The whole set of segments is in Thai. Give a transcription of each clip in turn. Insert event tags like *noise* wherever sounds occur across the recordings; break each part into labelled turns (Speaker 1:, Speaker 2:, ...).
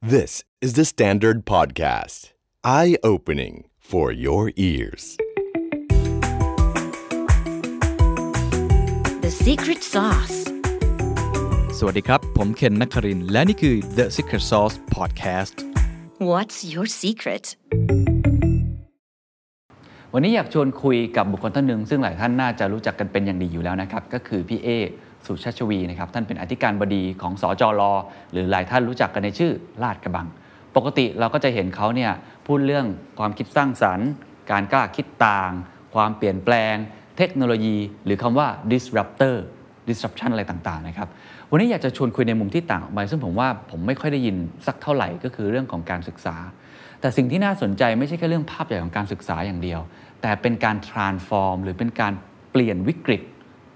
Speaker 1: This is the Standard Podcast. Eye opening for your ears.
Speaker 2: The Secret Sauce
Speaker 3: สวัสดีครับ ผมเคนนักครินทร์และนี่คือ The Secret Sauce Podcast
Speaker 2: What's your secret
Speaker 4: วันนี้อยากชวนคุยกับบุคคลท่านหนึ่งซึ่งหลายท่านน่าจะรู้จักกันเป็นอย่างดีอยู่แล้วนะครับ ก็คือพี่เอสุชาชวีนะครับ ท่านเป็นอธิการบดีของสอจอรอหรือหลายท่านรู้จักกันในชื่อลาดกระบัง ปกติเราก็จะเห็นเขาเนี่ยพูดเรื่องความคิดสร้างสรรค์ การกล้าคิดต่าง ความเปลี่ยนแปลง เทคโนโลยี หรือคำว่า disruptor disruption อะไรต่างๆนะครับ วันนี้อยากจะชวนคุยในมุมที่ต่างออกไปซึ่งผมว่าผมไม่ค่อยได้ยินสักเท่าไหร่ก็คือเรื่องของการศึกษา แต่สิ่งที่น่าสนใจไม่ใช่แค่เรื่องภาพใหญ่ของการศึกษาอย่างเดียว แต่เป็นการ transform หรือเป็นการเปลี่ยนวิกฤต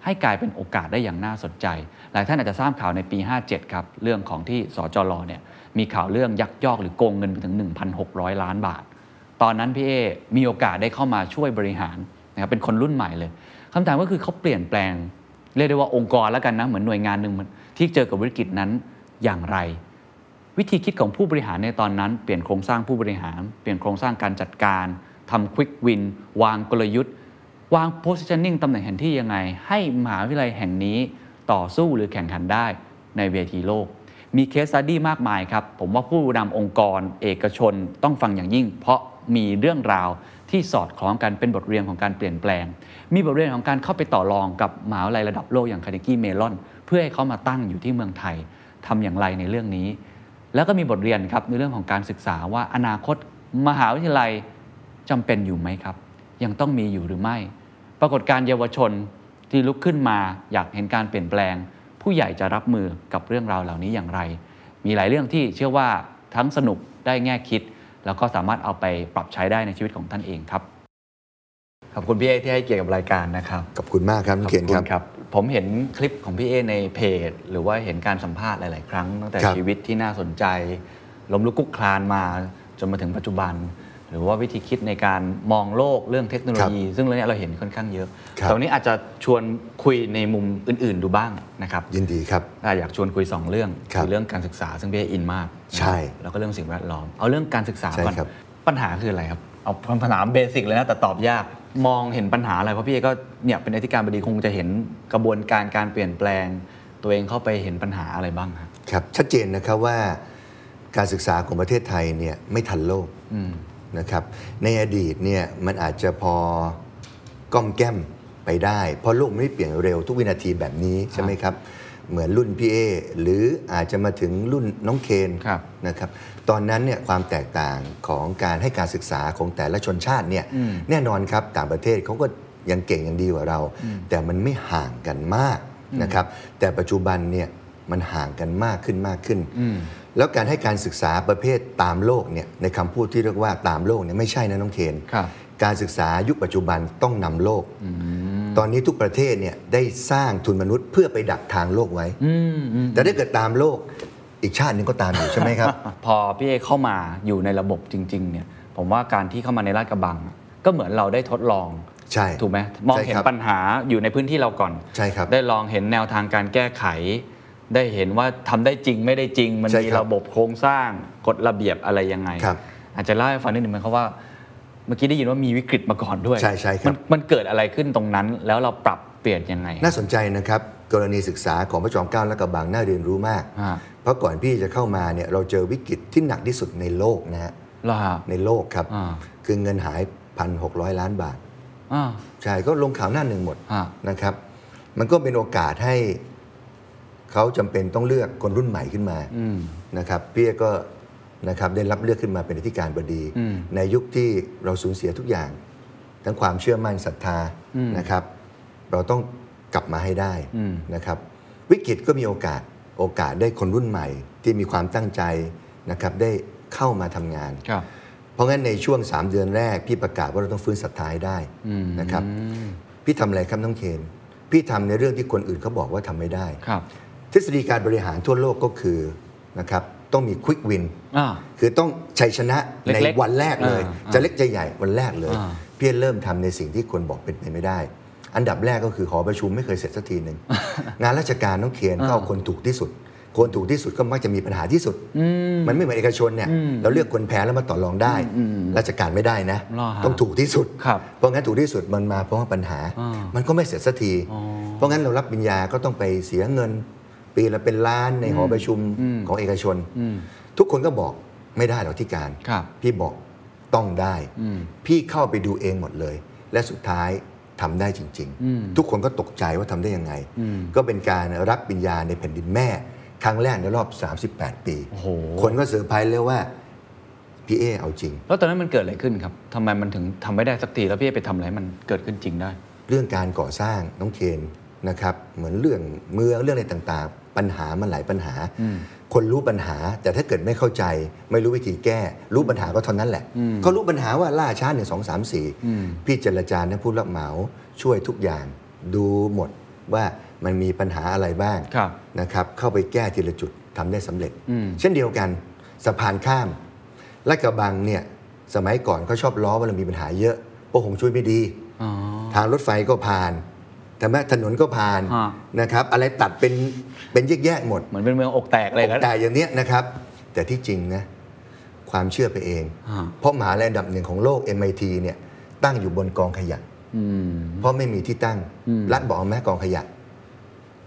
Speaker 4: ให้กลายเป็นโอกาสได้อย่างน่าสนใจ หลายท่านอาจจะทราบข่าวในปี 57 ครับ เรื่องของที่สจรเนี่ยมีข่าวเรื่องยักยอกหรือโกงเงินไปถึง 1,600 ล้านบาท ตอนนั้นพี่เอมีโอกาสได้เข้ามาช่วยบริหารนะครับเป็นคนรุ่นใหม่เลยคำถามก็คือเขาเปลี่ยนแปลง เรียกได้ว่าองค์กรแล้วกันนะเหมือนหน่วยงานหนึ่งมันที่เจอกับวิกฤตนั้นอย่างไร วิธีคิดของผู้บริหารในตอนนั้น เปลี่ยนโครงสร้างผู้บริหาร เปลี่ยนโครงสร้างการจัดการทำควิกวินวางกลยุทธ์ วาง positioning ตำแหน่งแห่งที่ยังไง ให้มหาวิทยาลัยแห่งนี้ต่อสู้หรือแข่งขันได้ในเวทีโลก มีเคส e ั t ดี้มากมายครับ ผมว่าผู้นำองค์กร เอกชนต้องฟังอย่างยิ่ง เพราะมีเรื่องราวที่สอดคล้องกันเป็นบทเรียนของการเปลี่ยนแปลง มีบทเรียนของการเข้าไปต่อรองกับมหาวิทยาลัยระดับโลกอย่างคาร์เนกี้เมลอนเพื่อให้เขามาตั้งอยู่ที่เมืองไทยทำอย่างไรในเรื่องนี้ แล้วก็มีบทเรียนครับในเรื่องของการศึกษาว่าอนาคตมหาวิทยาลัยจำเป็นอยู่ไหมครับ ยังต้องมีอยู่หรือไม่ ปรากฏการณ์เยาวชนที่ลุกขึ้นมาอยากเห็นการเปลี่ยนแปลง ผู้ใหญ่จะรับมือกับเรื่องราวเหล่านี้อย่างไร มีหลายเรื่องที่เชื่อว่าทั้งสนุกได้แง่คิด แล้วก็สามารถเอาไปปรับใช้ได้ในชีวิตของท่านเองครับ ขอบคุณพี่เอที่ให้เกียรติกับรายการนะครับ
Speaker 5: ขอบคุณมากครับน้องเคนครับ
Speaker 4: ขอบณผมเห็นคลิปของพี่เอในเพจ หรือว่าเห็นการสัมภาษณ์หลาย ๆ ครั้ง ตั้งแต่
Speaker 5: ครับ
Speaker 4: ชีวิตที่น่าสนใจล้มลุกคลุกคลานมาจนมาถึงปัจจุบัน หรือว่าวิธีคิดในการมองโลกเรื่องเทคโนโลยี ซึ่งเรื่องเนี้ยเราเห็นค่อนข้างเยอะแต่วันนี้อาจจะชวนคุยในมุมอื่น ๆ ดูบ้างนะครับ
Speaker 5: ยินดีครับ
Speaker 4: อ่ะอยากชวนคุย 2 เรื่อง
Speaker 5: ครับ
Speaker 4: เรื่องการศึกษาซึ่งพี่เออินมากนะครับ
Speaker 5: ใช่
Speaker 4: แล้วก็เรื่องสิ่งแวดล้อมเอาเรื่องการศึกษา
Speaker 5: ใช่
Speaker 4: ก่อน
Speaker 5: ครับ
Speaker 4: ปัญหาคืออะไรครับเอาปัญหาเบสิกเลยนะแต่ตอบยากมองเห็นปัญหาอะไรเพราะพี่เอก็เนี่ยเป็นอธิการบดีคงจะเห็นกระบวนการการเปลี่ยนแปลง ตัวเองเข้าไปเห็นปัญหาอะไรบ้างครับ
Speaker 5: ครับชัดเจนนะครับว่าการศึกษาของประเทศไทยเนี่ยไม่ทันโลก
Speaker 4: อืม
Speaker 5: นะครับในอดีตเนี่ยมันอาจจะพอก้อมแก้มไปได้ เพราะโลกไม่ได้เปลี่ยนเร็วทุกวินาทีแบบนี้ใช่ไหมครับ เหมือนรุ่นพี่เอหรืออาจจะมาถึงรุ่นน้องเคน
Speaker 4: ครับ
Speaker 5: นะครับตอนนั้นเนี่ยความแตกต่างของการให้การศึกษาของแต่ละชนชาติเนี่ย
Speaker 4: อืม
Speaker 5: แน่นอนครับต่างประเทศเขาก็ยังเก่งยังดีกว่าเรา แต่มันไม่ห่างกันมากนะครับแต่ปัจจุบันเนี่ยมันห่างกันมากขึ้นมากขึ้น
Speaker 4: อืม
Speaker 5: แล้วการให้การศึกษาประเภทตามโลกเนี่ยในคำพูดที่เรียกว่าตามโลกเนี่ยไม่ใช่นะน้องเคน
Speaker 4: ครับ
Speaker 5: การศึกษายุคปัจจุบันต้องนำโลก ตอนนี้ทุกประเทศเนี่ยได้สร้างทุนมนุษย์เพื่อไปดักทางโลกไว้
Speaker 4: อืมอืม
Speaker 5: แต่ถ้าเกิดตามโลกอีกชาติหนึงก็ตามอยู่ใช่ไหมครับ
Speaker 4: พอพี่เอเข้ามาอยู่ในระบบจริง ๆ เนี่ย ผมว่าการที่เข้ามาในลาดกระบัง ก็เหมือนเราได้ทดลอง
Speaker 5: ใช่
Speaker 4: ถูกไหมมองเห็น
Speaker 5: ใช่ครับ
Speaker 4: ปัญหาอยู่ในพื้นที่เราก่อน
Speaker 5: ใช่ครับ
Speaker 4: ได้ลองเห็นแนวทางการแก้ไข ได้เห็นว่าทำได้จริงไม่ได้จริง มัน
Speaker 5: ใช่
Speaker 4: มี
Speaker 5: ครับ
Speaker 4: ระบบโครงสร้างกฎระเบียบอะไรยังไง
Speaker 5: ครับ
Speaker 4: อาจจะเล่าให้ฟังนิดหนึ่งไหมครับว่า เมื่อกี้ได้ยินว่ามีวิกฤตมาก่อนด้วย
Speaker 5: ใช่ใช่ครับ
Speaker 4: มันมันเกิดอะไรขึ้นตรงนั้น แล้วเราปรับเปลี่ยนยังไง
Speaker 5: น่าสนใจนะครับ กรณีศึกษาของพระจอมเกล้าและกระบังน่าเรียนรู้มาก
Speaker 4: ฮะ
Speaker 5: เพราะก่อนพี่จะเข้ามาเนี่ยเราเจอวิกฤตที่หนักที่สุดในโลกนะฮะ
Speaker 4: เหรอฮะ
Speaker 5: ในโลกครับ
Speaker 4: อ่า
Speaker 5: คือเงินหาย 1,600 ล้านบาท
Speaker 4: อ่า
Speaker 5: ใช่ ก็ลงข่าวหน้าหนึ่งหมด
Speaker 4: ฮะ
Speaker 5: นะครับ มันก็เป็นโอกาสให้เขาจำเป็นต้องเลือกคนรุ่นใหม่ขึ้นมา
Speaker 4: อืม
Speaker 5: นะครับเปียก็นะครับได้รับเลือกขึ้นมาเป็นอธิการบดี
Speaker 4: อืม
Speaker 5: ในยุคที่เราสูญเสียทุกอย่าง ทั้งความเชื่อมั่นศรัทธา
Speaker 4: อืม
Speaker 5: นะครับ เราต้องกลับมาให้ได้
Speaker 4: อืม
Speaker 5: นะครับ วิกฤตก็มีโอกาสโอกาสได้คนรุ่นใหม่ ที่มีความตั้งใจนะครับได้เข้ามาทำงาน
Speaker 4: ครับ
Speaker 5: เพราะงั้นในช่วง 3 เดือนแรก พี่ประกาศว่าเราต้องฟื้นศรัทธาให้ได้
Speaker 4: อืม
Speaker 5: นะครับ พี่ทำอะไรครับน้องเคนพี่ทำในเรื่องที่คนอื่นเขาบอกว่าทำไม่ได้
Speaker 4: ครับ
Speaker 5: ทฤษฎีการบริหารทั่วโลกก็คือนะครับต้องมีควิกวิน
Speaker 4: อ่า
Speaker 5: คือต้องชัยชนะ
Speaker 4: เล็ก
Speaker 5: ใน
Speaker 4: ๆ
Speaker 5: วันแรกเลย
Speaker 4: อ่าอ่า
Speaker 5: จะเล็กจะใหญ่วันแรกเลย
Speaker 4: อ่า
Speaker 5: พี่เริ่มทำในสิ่งที่คนบอกเป็นไปไม่ได้
Speaker 4: *laughs*
Speaker 5: อันดับแรกก็คือหอประชุมไม่เคยเสร็จสักทีหนึ่ง งานราชการต้องเขียนก็เอาคนถูกที่สุด คนถูกที่สุดก็มักจะมีปัญหาที่สุด มันไม่เหมือนเอกชนเนี่ยเราเลือกคนแพ้แล้วมาต่อรองได้ราชการไม่ได้นะ
Speaker 4: หรอฮะ
Speaker 5: ต้องถูกที่สุด
Speaker 4: ครับ
Speaker 5: เพราะงั้นถูกที่สุดมันมาเพราะว่าปัญหา
Speaker 4: อ่ามั
Speaker 5: มันก็ไม่เสร็จสักที เพราะงั้นเรารับปริญญาก็ต้องไปเสียเงิน ปีละเป็นล้านในหอประชุมของเอกชน ทุกคนก็บอกไม่ได้หรอกที่การ
Speaker 4: ครับ
Speaker 5: พี่บอกต้องได้ พี่เข้าไปดูเองหมดเลย และสุดท้ายทำได้จริง ๆ ทุกคนก็ตกใจว่าทำได้ยังไง ก็เป็นการรับปริญญาในแผ่นดินแม่ ครั้งแรกในรอบ 38 ปี
Speaker 4: โอ้โห
Speaker 5: คนก็เซอร์ไพรส์เลยว่า พี่เอเอาจริง
Speaker 4: แล้วตอนนั้นมันเกิดอะไรขึ้นครับทำไมมันถึงทำไม่ได้สักทีแล้วพี่เอไปทำอะไรให้มันเกิดขึ้นจริงได้
Speaker 5: เรื่องการก่อสร้างน้องเคนนะครับเหมือนเรื่องเมืองเรื่องอะไรต่างๆ ปัญหามันหลายปัญหา คนรู้ปัญหาแต่ถ้าเกิดไม่เข้าใจ ไม่รู้วิธีแก้ รู้ปัญหาก็เท่านั้นแหละเขารู้ปัญหาว่าล่าช้าหนึ่งสองสามสี่พี่เจรจานะผู้รับเหมาช่วยทุกอย่างดูหมดว่ามันมีปัญหาอะไรบ้าง
Speaker 4: ครับ
Speaker 5: นะครับเข้าไปแก้ทีละจุดทำได้สำเร็จ เช่นเดียวกันสะพานข้ามลาดกระบังเนี่ยสมัยก่อนเขาชอบล้อว่าเรามีปัญหาเยอะเพราะคงช่วยไม่ดี
Speaker 4: อ๋อ
Speaker 5: ทางรถไฟก็ผ่านแต่แม้ถนนก็ผ่าน
Speaker 4: ฮะ
Speaker 5: นะครับ อะไรตัดเป็นเป็นแยกๆหมด
Speaker 4: เหมือนเป็นเมืองอกแตกอะไรกัน
Speaker 5: แต่อย่างเนี้ยนะครับ แต่ที่จริงนะความเชื่อไปเอง
Speaker 4: ฮะ
Speaker 5: เพราะมหาลัยอันดับหนึ่งของโลก MIT เนี่ยตั้งอยู่บนกองขยะ
Speaker 4: อืม
Speaker 5: เพราะไม่มีที่ตั้ง
Speaker 4: อืม
Speaker 5: รัฐบอกเอาไหมกองขยะ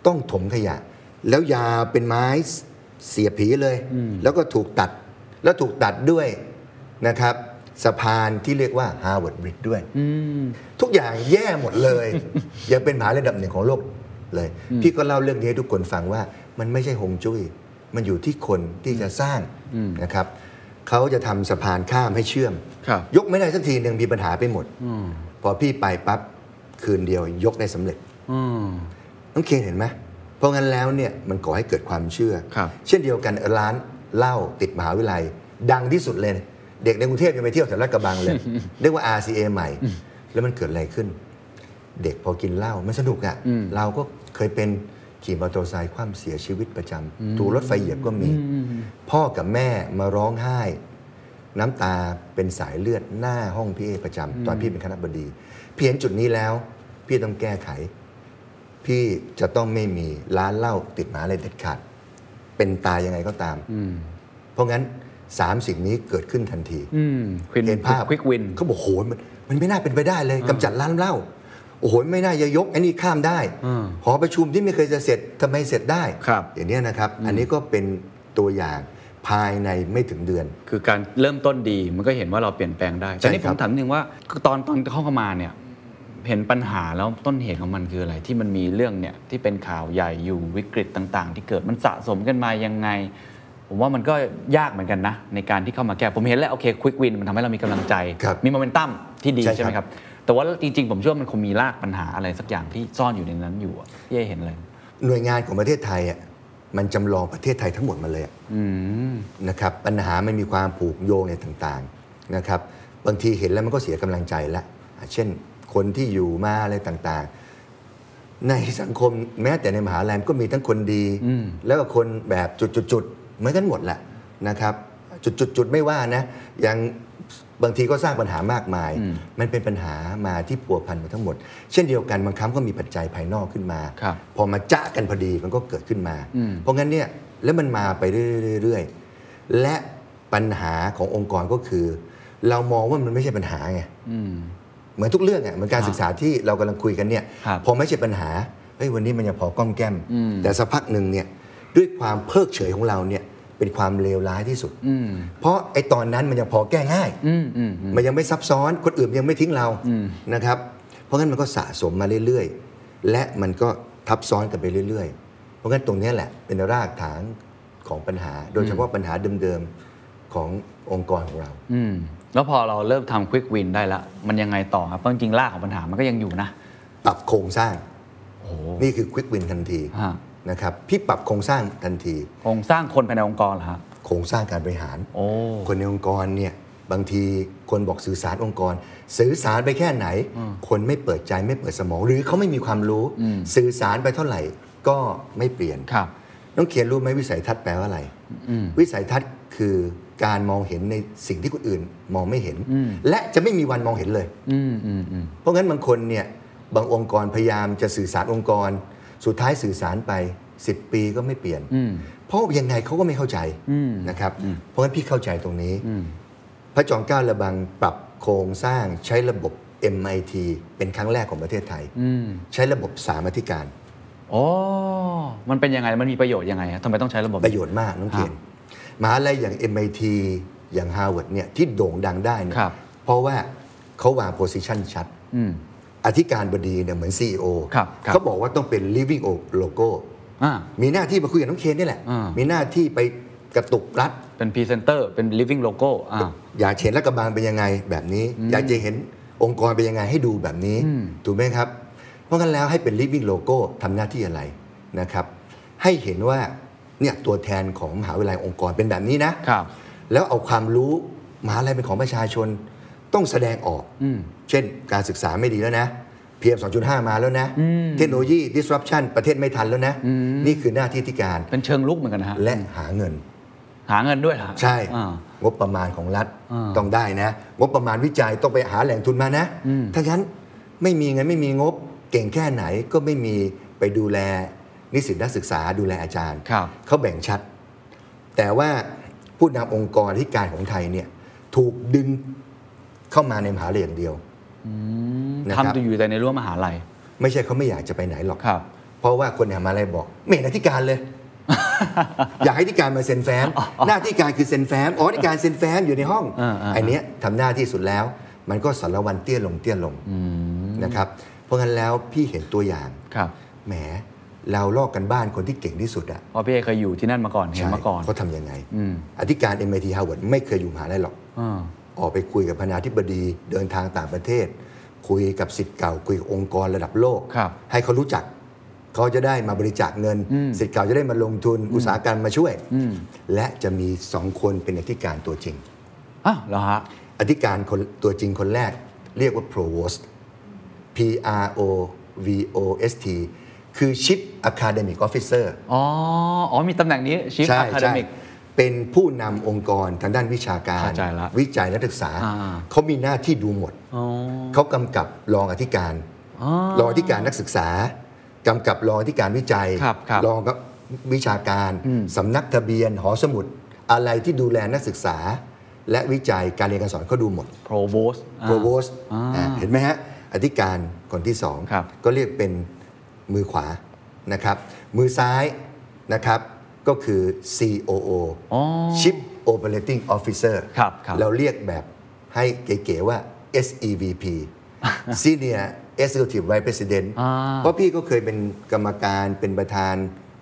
Speaker 5: ต้องถมขยะ แล้วยาวเป็นไม้เสียบผีเลย แล้วก็ถูกตัด แล้วถูกตัดด้วยนะครับ สะพานที่เรียกว่า Harvard Bridge ด้วย
Speaker 4: อืม
Speaker 5: ทุกอย่างแย่หมดเลย *laughs* ยังเป็นมหาลัยอันดับหนึ่งของโลกเลย พี่ก็เล่าเรื่องนี้ให้ทุกคนฟังว่า มันไม่ใช่ฮวงจุ้ย มันอยู่ที่คนที่จะสร้างนะครับเขาจะทำสะพานข้ามให้เชื่อม
Speaker 4: ครับ
Speaker 5: ยกไม่ได้สักทีหนึ่งมีปัญหาไปหมด
Speaker 4: อืม
Speaker 5: พอพี่ไปปั๊บคืนเดียวยกได้สำเร็จ
Speaker 4: อืม
Speaker 5: น้องเคนเห็นไหมเพราะงั้นแล้วเนี่ยมันก่อให้เกิดความเชื่อ
Speaker 4: ครับ
Speaker 5: เช่นเดียวกันร้านเหล้าติดมหาวิทยาลัย ดังที่สุดเลย เด็กในกรุงเทพยังไปเที่ยวแถวลาดกระบัง *laughs* เลย เรียกว่า RCA ใหม่ แล้วมันเกิดอะไรขึ้น เด็กพอกินเหล้ามันสนุกอะ่ะเราก็เคยเป็นขี่มอเตอร์ไซค์คว่ำเสียชีวิตประจำถูกรถไฟเหยียบก็มี พ่อกับแม่มาร้องไห้ น้ำตาเป็นสายเลือดหน้าห้องพี่เอประจำตอนพี่เป็นคณะบดีพี่เห็นจุดนี้แล้ว พี่ต้องแก้ไข พี่จะต้องไม่มีร้านเหล้าติดหมหาเลยเด็ดขาด เป็นตายยังไงก็ตาม เพราะงั้นสามสิ่งนี้เกิดขึ้นทันที
Speaker 4: อืมควิน
Speaker 5: เห็นภาพ
Speaker 4: ควิกวิน
Speaker 5: เขาบอกโหยมันมันไม่น่าเป็นไปได้เลยกำจัดร้านเหล้าโอ้โหไม่น่าจะยกไอ้นี่ข้ามได้
Speaker 4: อืม
Speaker 5: หอประชุมที่ไม่เคยจะเสร็จทำไมเสร็จได้
Speaker 4: ครับ
Speaker 5: อย่างเนี้ยนะครับ อันนี้ก็เป็นตัวอย่างภายในไม่ถึงเดือน
Speaker 4: คือการเริ่มต้นดีมันก็เห็นว่าเราเปลี่ยนแปลงได้ แต่นี่ผ
Speaker 5: ใช่ครั
Speaker 4: ม
Speaker 5: บ
Speaker 4: ถามนิดนึงว่าคือตอนตอนเข้ามาเนี่ย เห็นปัญหาแล้วต้นเหตุของมันคืออะไร ที่มันมีเรื่องเนี่ยที่เป็นข่าวใหญ่อยู่วิกฤตต่าง ๆ ที่เกิดมันสะสมกันมายังไง ผมว่ามันก็ยากเหมือนกันนะ ในการที่เข้ามาแก้ผมเห็นแล้วโอเคควิกวินมันทำให้เรามีกำลังใจ
Speaker 5: ครับ
Speaker 4: มีโมเมนตัมที่ดี
Speaker 5: ใช่ครับ
Speaker 4: ใช่ไหมครับ แต่ว่าจริง ๆ ผมเชื่อว่ามันคงมีรากปัญหาอะไรสักอย่างที่ซ่อนอยู่ในนั้นอยู่อะที่เอ๊เห็นเลย
Speaker 5: หน่วยงานของประเทศไทยอ่ะมันจำลองประเทศไทยทั้งหมดมาเลยอะ
Speaker 4: อืม
Speaker 5: นะครับปัญหามันมีความผูกโยงในต่างๆนะครับบางทีเห็นแล้วมันก็เสียกำลังใจละอ่ะเช่นคนที่อยู่มาอะไรต่างๆ ในสังคมแม้แต่ในมหาลัยมันก็มีทั้งคนดี แล้วก็คนแบบจุดๆๆเหมือนกันหมดแหละนะครับจุดๆๆไม่ว่านะยังบางทีก็สร้างปัญหามากมาย มันเป็นปัญหามาที่พัวพันมาทั้งหมด เช่นเดียวกันบางครั้งก็มีปัจจัยภายนอกขึ้นมา
Speaker 4: ครับ
Speaker 5: พอมาจะกันพอดีมันก็เกิดขึ้นมา เพราะงั้นเนี่ยแล้วมันมาไปเรื่อยๆและปัญหาขององค์กรก็คือ เรามองว่ามันไม่ใช่ปัญหาไง
Speaker 4: อืม
Speaker 5: เหมือนทุกเรื่องอ่ะเหมือนการศึกษาที่เรากำลังคุยกันเนี่ย
Speaker 4: ครับ
Speaker 5: พอไม่ใช่ปัญหาเฮ้ยวันนี้มันยังพอก้อมแก้ม
Speaker 4: อืม
Speaker 5: แต่สักพักหนึ่งเนี่ยด้วยความเพิกเฉยของเราเนี่ยเป็นความเลวร้ายที่สุด
Speaker 4: อืม
Speaker 5: เพราะไอ้ตอนนั้นมันยังพอแก้ง่าย
Speaker 4: อืมอืมอืม
Speaker 5: มันยังไม่ซับซ้อนคนอื่นยังไม่ทิ้งเรานะครับ เพราะงั้นมันก็สะสมมาเรื่อยๆ และมันก็ทับซ้อนกันไปเรื่อยๆ เพราะงั้นตรงเนี้ยแหละเป็นรากฐานของปัญหา โดยเฉพาะปัญหาเดิมๆ ขององค์กรของเรา
Speaker 4: อืมแล้วพอเราเริ่มทำควิกวินได้ละ มันยังไงต่อครับเพราะจริงๆรากของปัญหามันก็ยังอยู่นะ
Speaker 5: ปรับโครงสร้าง
Speaker 4: โอ้โห
Speaker 5: นี่คือควิกวินทันที
Speaker 4: ฮะ
Speaker 5: นะครับพี่ปรับโครงสร้างทันที
Speaker 4: โครงสร้างคนภายในองค์กรเหรอฮะ
Speaker 5: โครงสร้างการบริหาร
Speaker 4: โอ้
Speaker 5: คนในองค์กรเนี่ยบางทีคนบอกสื่อสารองค์กร สื่อสารไปแค่ไหน คนไม่เปิดใจไม่เปิดสมอง หรือเขาไม่มีความรู้ สื่อสารไปเท่าไหร่ก็ไม่เปลี่ยน
Speaker 4: ครับ
Speaker 5: น้องเขียนรู้ไหมวิสัยทัศน์แปลว่าอะไร วิสัยทัศน์คือการมองเห็นในสิ่งที่คนอื่นมองไม่เห็น และจะไม่มีวันมองเห็นเลย
Speaker 4: อืมอืมอืม
Speaker 5: เพราะงั้นบางคนเนี่ยบางองค์กรพยายามจะสื่อสารองค์กร สุดท้ายสื่อสารไป 10 ปีก็ไม่เปลี่ยน
Speaker 4: อืม
Speaker 5: เพราะยังไงเขาก็ไม่เข้าใจ
Speaker 4: อืม
Speaker 5: นะครับ เพราะงั้นพี่เข้าใจตรงนี้
Speaker 4: อืม
Speaker 5: พระจอมเกล้าระบังปรับโครงสร้างใช้ระบบ MIT เป็นครั้งแรกของประเทศไทย
Speaker 4: อืม
Speaker 5: ใช้ระบบสามอธิการ
Speaker 4: อ๋อมันเป็นยังไง มันมีประโยชน์ยังไงฮะทำไมต้องใช้ระบบ
Speaker 5: ประโยชน์มากน้องเคนมหาลัยอย่าง MIT อย่าง Harvard เนี่ยที่โด่งดังได้เนี่ย
Speaker 4: ครับ
Speaker 5: เพราะว่าเขาวางโพ i ิชันชัด
Speaker 4: อืม
Speaker 5: อธิการบดีเนี่ยเหมือน CEO
Speaker 4: ครับครับ
Speaker 5: เขาบอกว่าต้องเป็น living logo
Speaker 4: อ่า
Speaker 5: มีหน้าที่มาคุยกับน้องเคนนี่แหละ
Speaker 4: อ่ามี
Speaker 5: มีหน้าที่ไปกระตุกรัฐ
Speaker 4: เป็นพรีเซนเตอร์เป็น living logo อ่า
Speaker 5: อยากเห็นรัฐกระบาลเป็นยังไงแบบนี้ อยากจะเห็นองค์กรเป็นยังไงให้ดูแบบนี้
Speaker 4: อืม
Speaker 5: ถูกไหมครับ เพราะงั้นแล้วให้เป็น living logo ทำหน้าที่อะไรนะครับ ให้เห็นว่าเนี่ยตัวแทนของมหาวิทยาลัยองค์กรเป็นแบบนี้นะ
Speaker 4: ครับ
Speaker 5: แล้วเอาความรู้มหาลัยเป็นของประชาชนต้องแสดงออก
Speaker 4: อืม
Speaker 5: เช่นการศึกษาไม่ดีแล้วนะ PM 2.5 มาแล้วนะ
Speaker 4: อืม
Speaker 5: เทคโนโลยี disruption ประเทศไม่ทันแล้วนะ นี่คือหน้าที่ที่การ
Speaker 4: เป็นเชิงลุกเหมือนกันนะฮะ
Speaker 5: และหาเงิน
Speaker 4: หาเงินด้วยเหรอ
Speaker 5: ใช่
Speaker 4: อ่า
Speaker 5: งบประมาณของรัฐ
Speaker 4: อ่า
Speaker 5: ต้องได้นะ งบประมาณวิจัยต้องไปหาแหล่งทุนมานะ
Speaker 4: อืม
Speaker 5: ถ้างั้นไม่มีเงินไม่มีงบเก่งแค่ไหนก็ไม่มีไปดูแลนิสิตนักศึกษาดูแลอาจารย์
Speaker 4: ครับ
Speaker 5: เขาแบ่งชัด แต่ว่าผู้นำองค์กรที่การของไทยเนี่ยถูกดึงเข้ามาในมหาลัยอย่างเดียว นะครับ
Speaker 4: ทำตัวอยู่แต่ในรั้วมหาลัย
Speaker 5: ไม่ใช่เขาไม่อยากจะไปไหนหรอก
Speaker 4: ครับ
Speaker 5: เพราะว่าคนในมหาลัยบอก ไม่เห็นอธิการเลย อยากให้อธิการมาเซ็นแฟ้ม หน้าที่การคือเซ็นแฟ้มอ๋ออธิการเซ็นแฟ้มอยู่ในห้อง
Speaker 4: อ่าอ่า
Speaker 5: นเนี้ยทำหน้าที่สุดแล้ว มันก็สารวันเตี้ยลงเตี้ยลง
Speaker 4: อืม
Speaker 5: นะครับ เพราะงั้นแล้วพี่เห็นตัวอย่าง
Speaker 4: ครับ
Speaker 5: แหมเราลอกกันบ้านคนที่เก่งที่สุดอะ
Speaker 4: เพราะพี่เอเคยอยู่ที่นั่นมาก่อนเห็นมาก่อน
Speaker 5: เขาทำยังไง
Speaker 4: อืม
Speaker 5: อธิการ MIT Harvard ไม่เคยอยู่มหาลัยหรอก
Speaker 4: อ่า
Speaker 5: ออกไปคุยกับพนาธิบดีเดินทางต่างประเทศ คุยกับสิทธิ์เก่า คุยกับองค์กรระดับโลก
Speaker 4: ครับ
Speaker 5: ให้เขารู้จัก เขาจะได้มาบริจาคเงิน
Speaker 4: อืม
Speaker 5: สิทธิ์เก่าจะได้มาลงทุนอุตสาหกรรมมาช่วย
Speaker 4: อืม
Speaker 5: และจะมีสองคนเป็นอธิการตัวจริง
Speaker 4: อ้าวเหรอฮะ
Speaker 5: อธิการคนตัวจริงคนแรกเรียกว่า provost P R O V O S T คือ Chief Academic Officer
Speaker 4: อ๋อ อ๋อ มีตำแหน่งนี้ Chief
Speaker 5: ใช่
Speaker 4: Academic
Speaker 5: ใช่เป็นผู้นำองค์กรทางด้านวิชาการ
Speaker 4: เข้าใจละ
Speaker 5: วิจัยและศึกษา
Speaker 4: อ่า
Speaker 5: เขามีหน้าที่ดูหมด
Speaker 4: อ๋อ
Speaker 5: เขากำกับรองอธิการ
Speaker 4: อ๋อ
Speaker 5: รองอธิการนักศึกษากำกับรองอธิการวิจัย
Speaker 4: ครับครับ
Speaker 5: องกับวิชาการ
Speaker 4: อืม
Speaker 5: สำนักทะเบียน หอสมุด อะไรที่ดูแลนักศึกษา และวิจัยการเรียนการสอนเขาดูหมด
Speaker 4: Provost อ่า
Speaker 5: โปรโวส
Speaker 4: อ่า
Speaker 5: เห็นไหมฮะอธิการคนที่สอง
Speaker 4: ครับ
Speaker 5: ก็เรียกเป็นมือขวานะครับ มือซ้ายนะครับก็คือ COO
Speaker 4: อ๋อ
Speaker 5: Chief Operating Officer
Speaker 4: ครับครับ
Speaker 5: เราเรียกแบบให้เก๋ๆว่า SEVP Senior Executive Vice President
Speaker 4: อ่า
Speaker 5: เพราะพี่ก็เคยเป็นกรรมการเป็นประธาน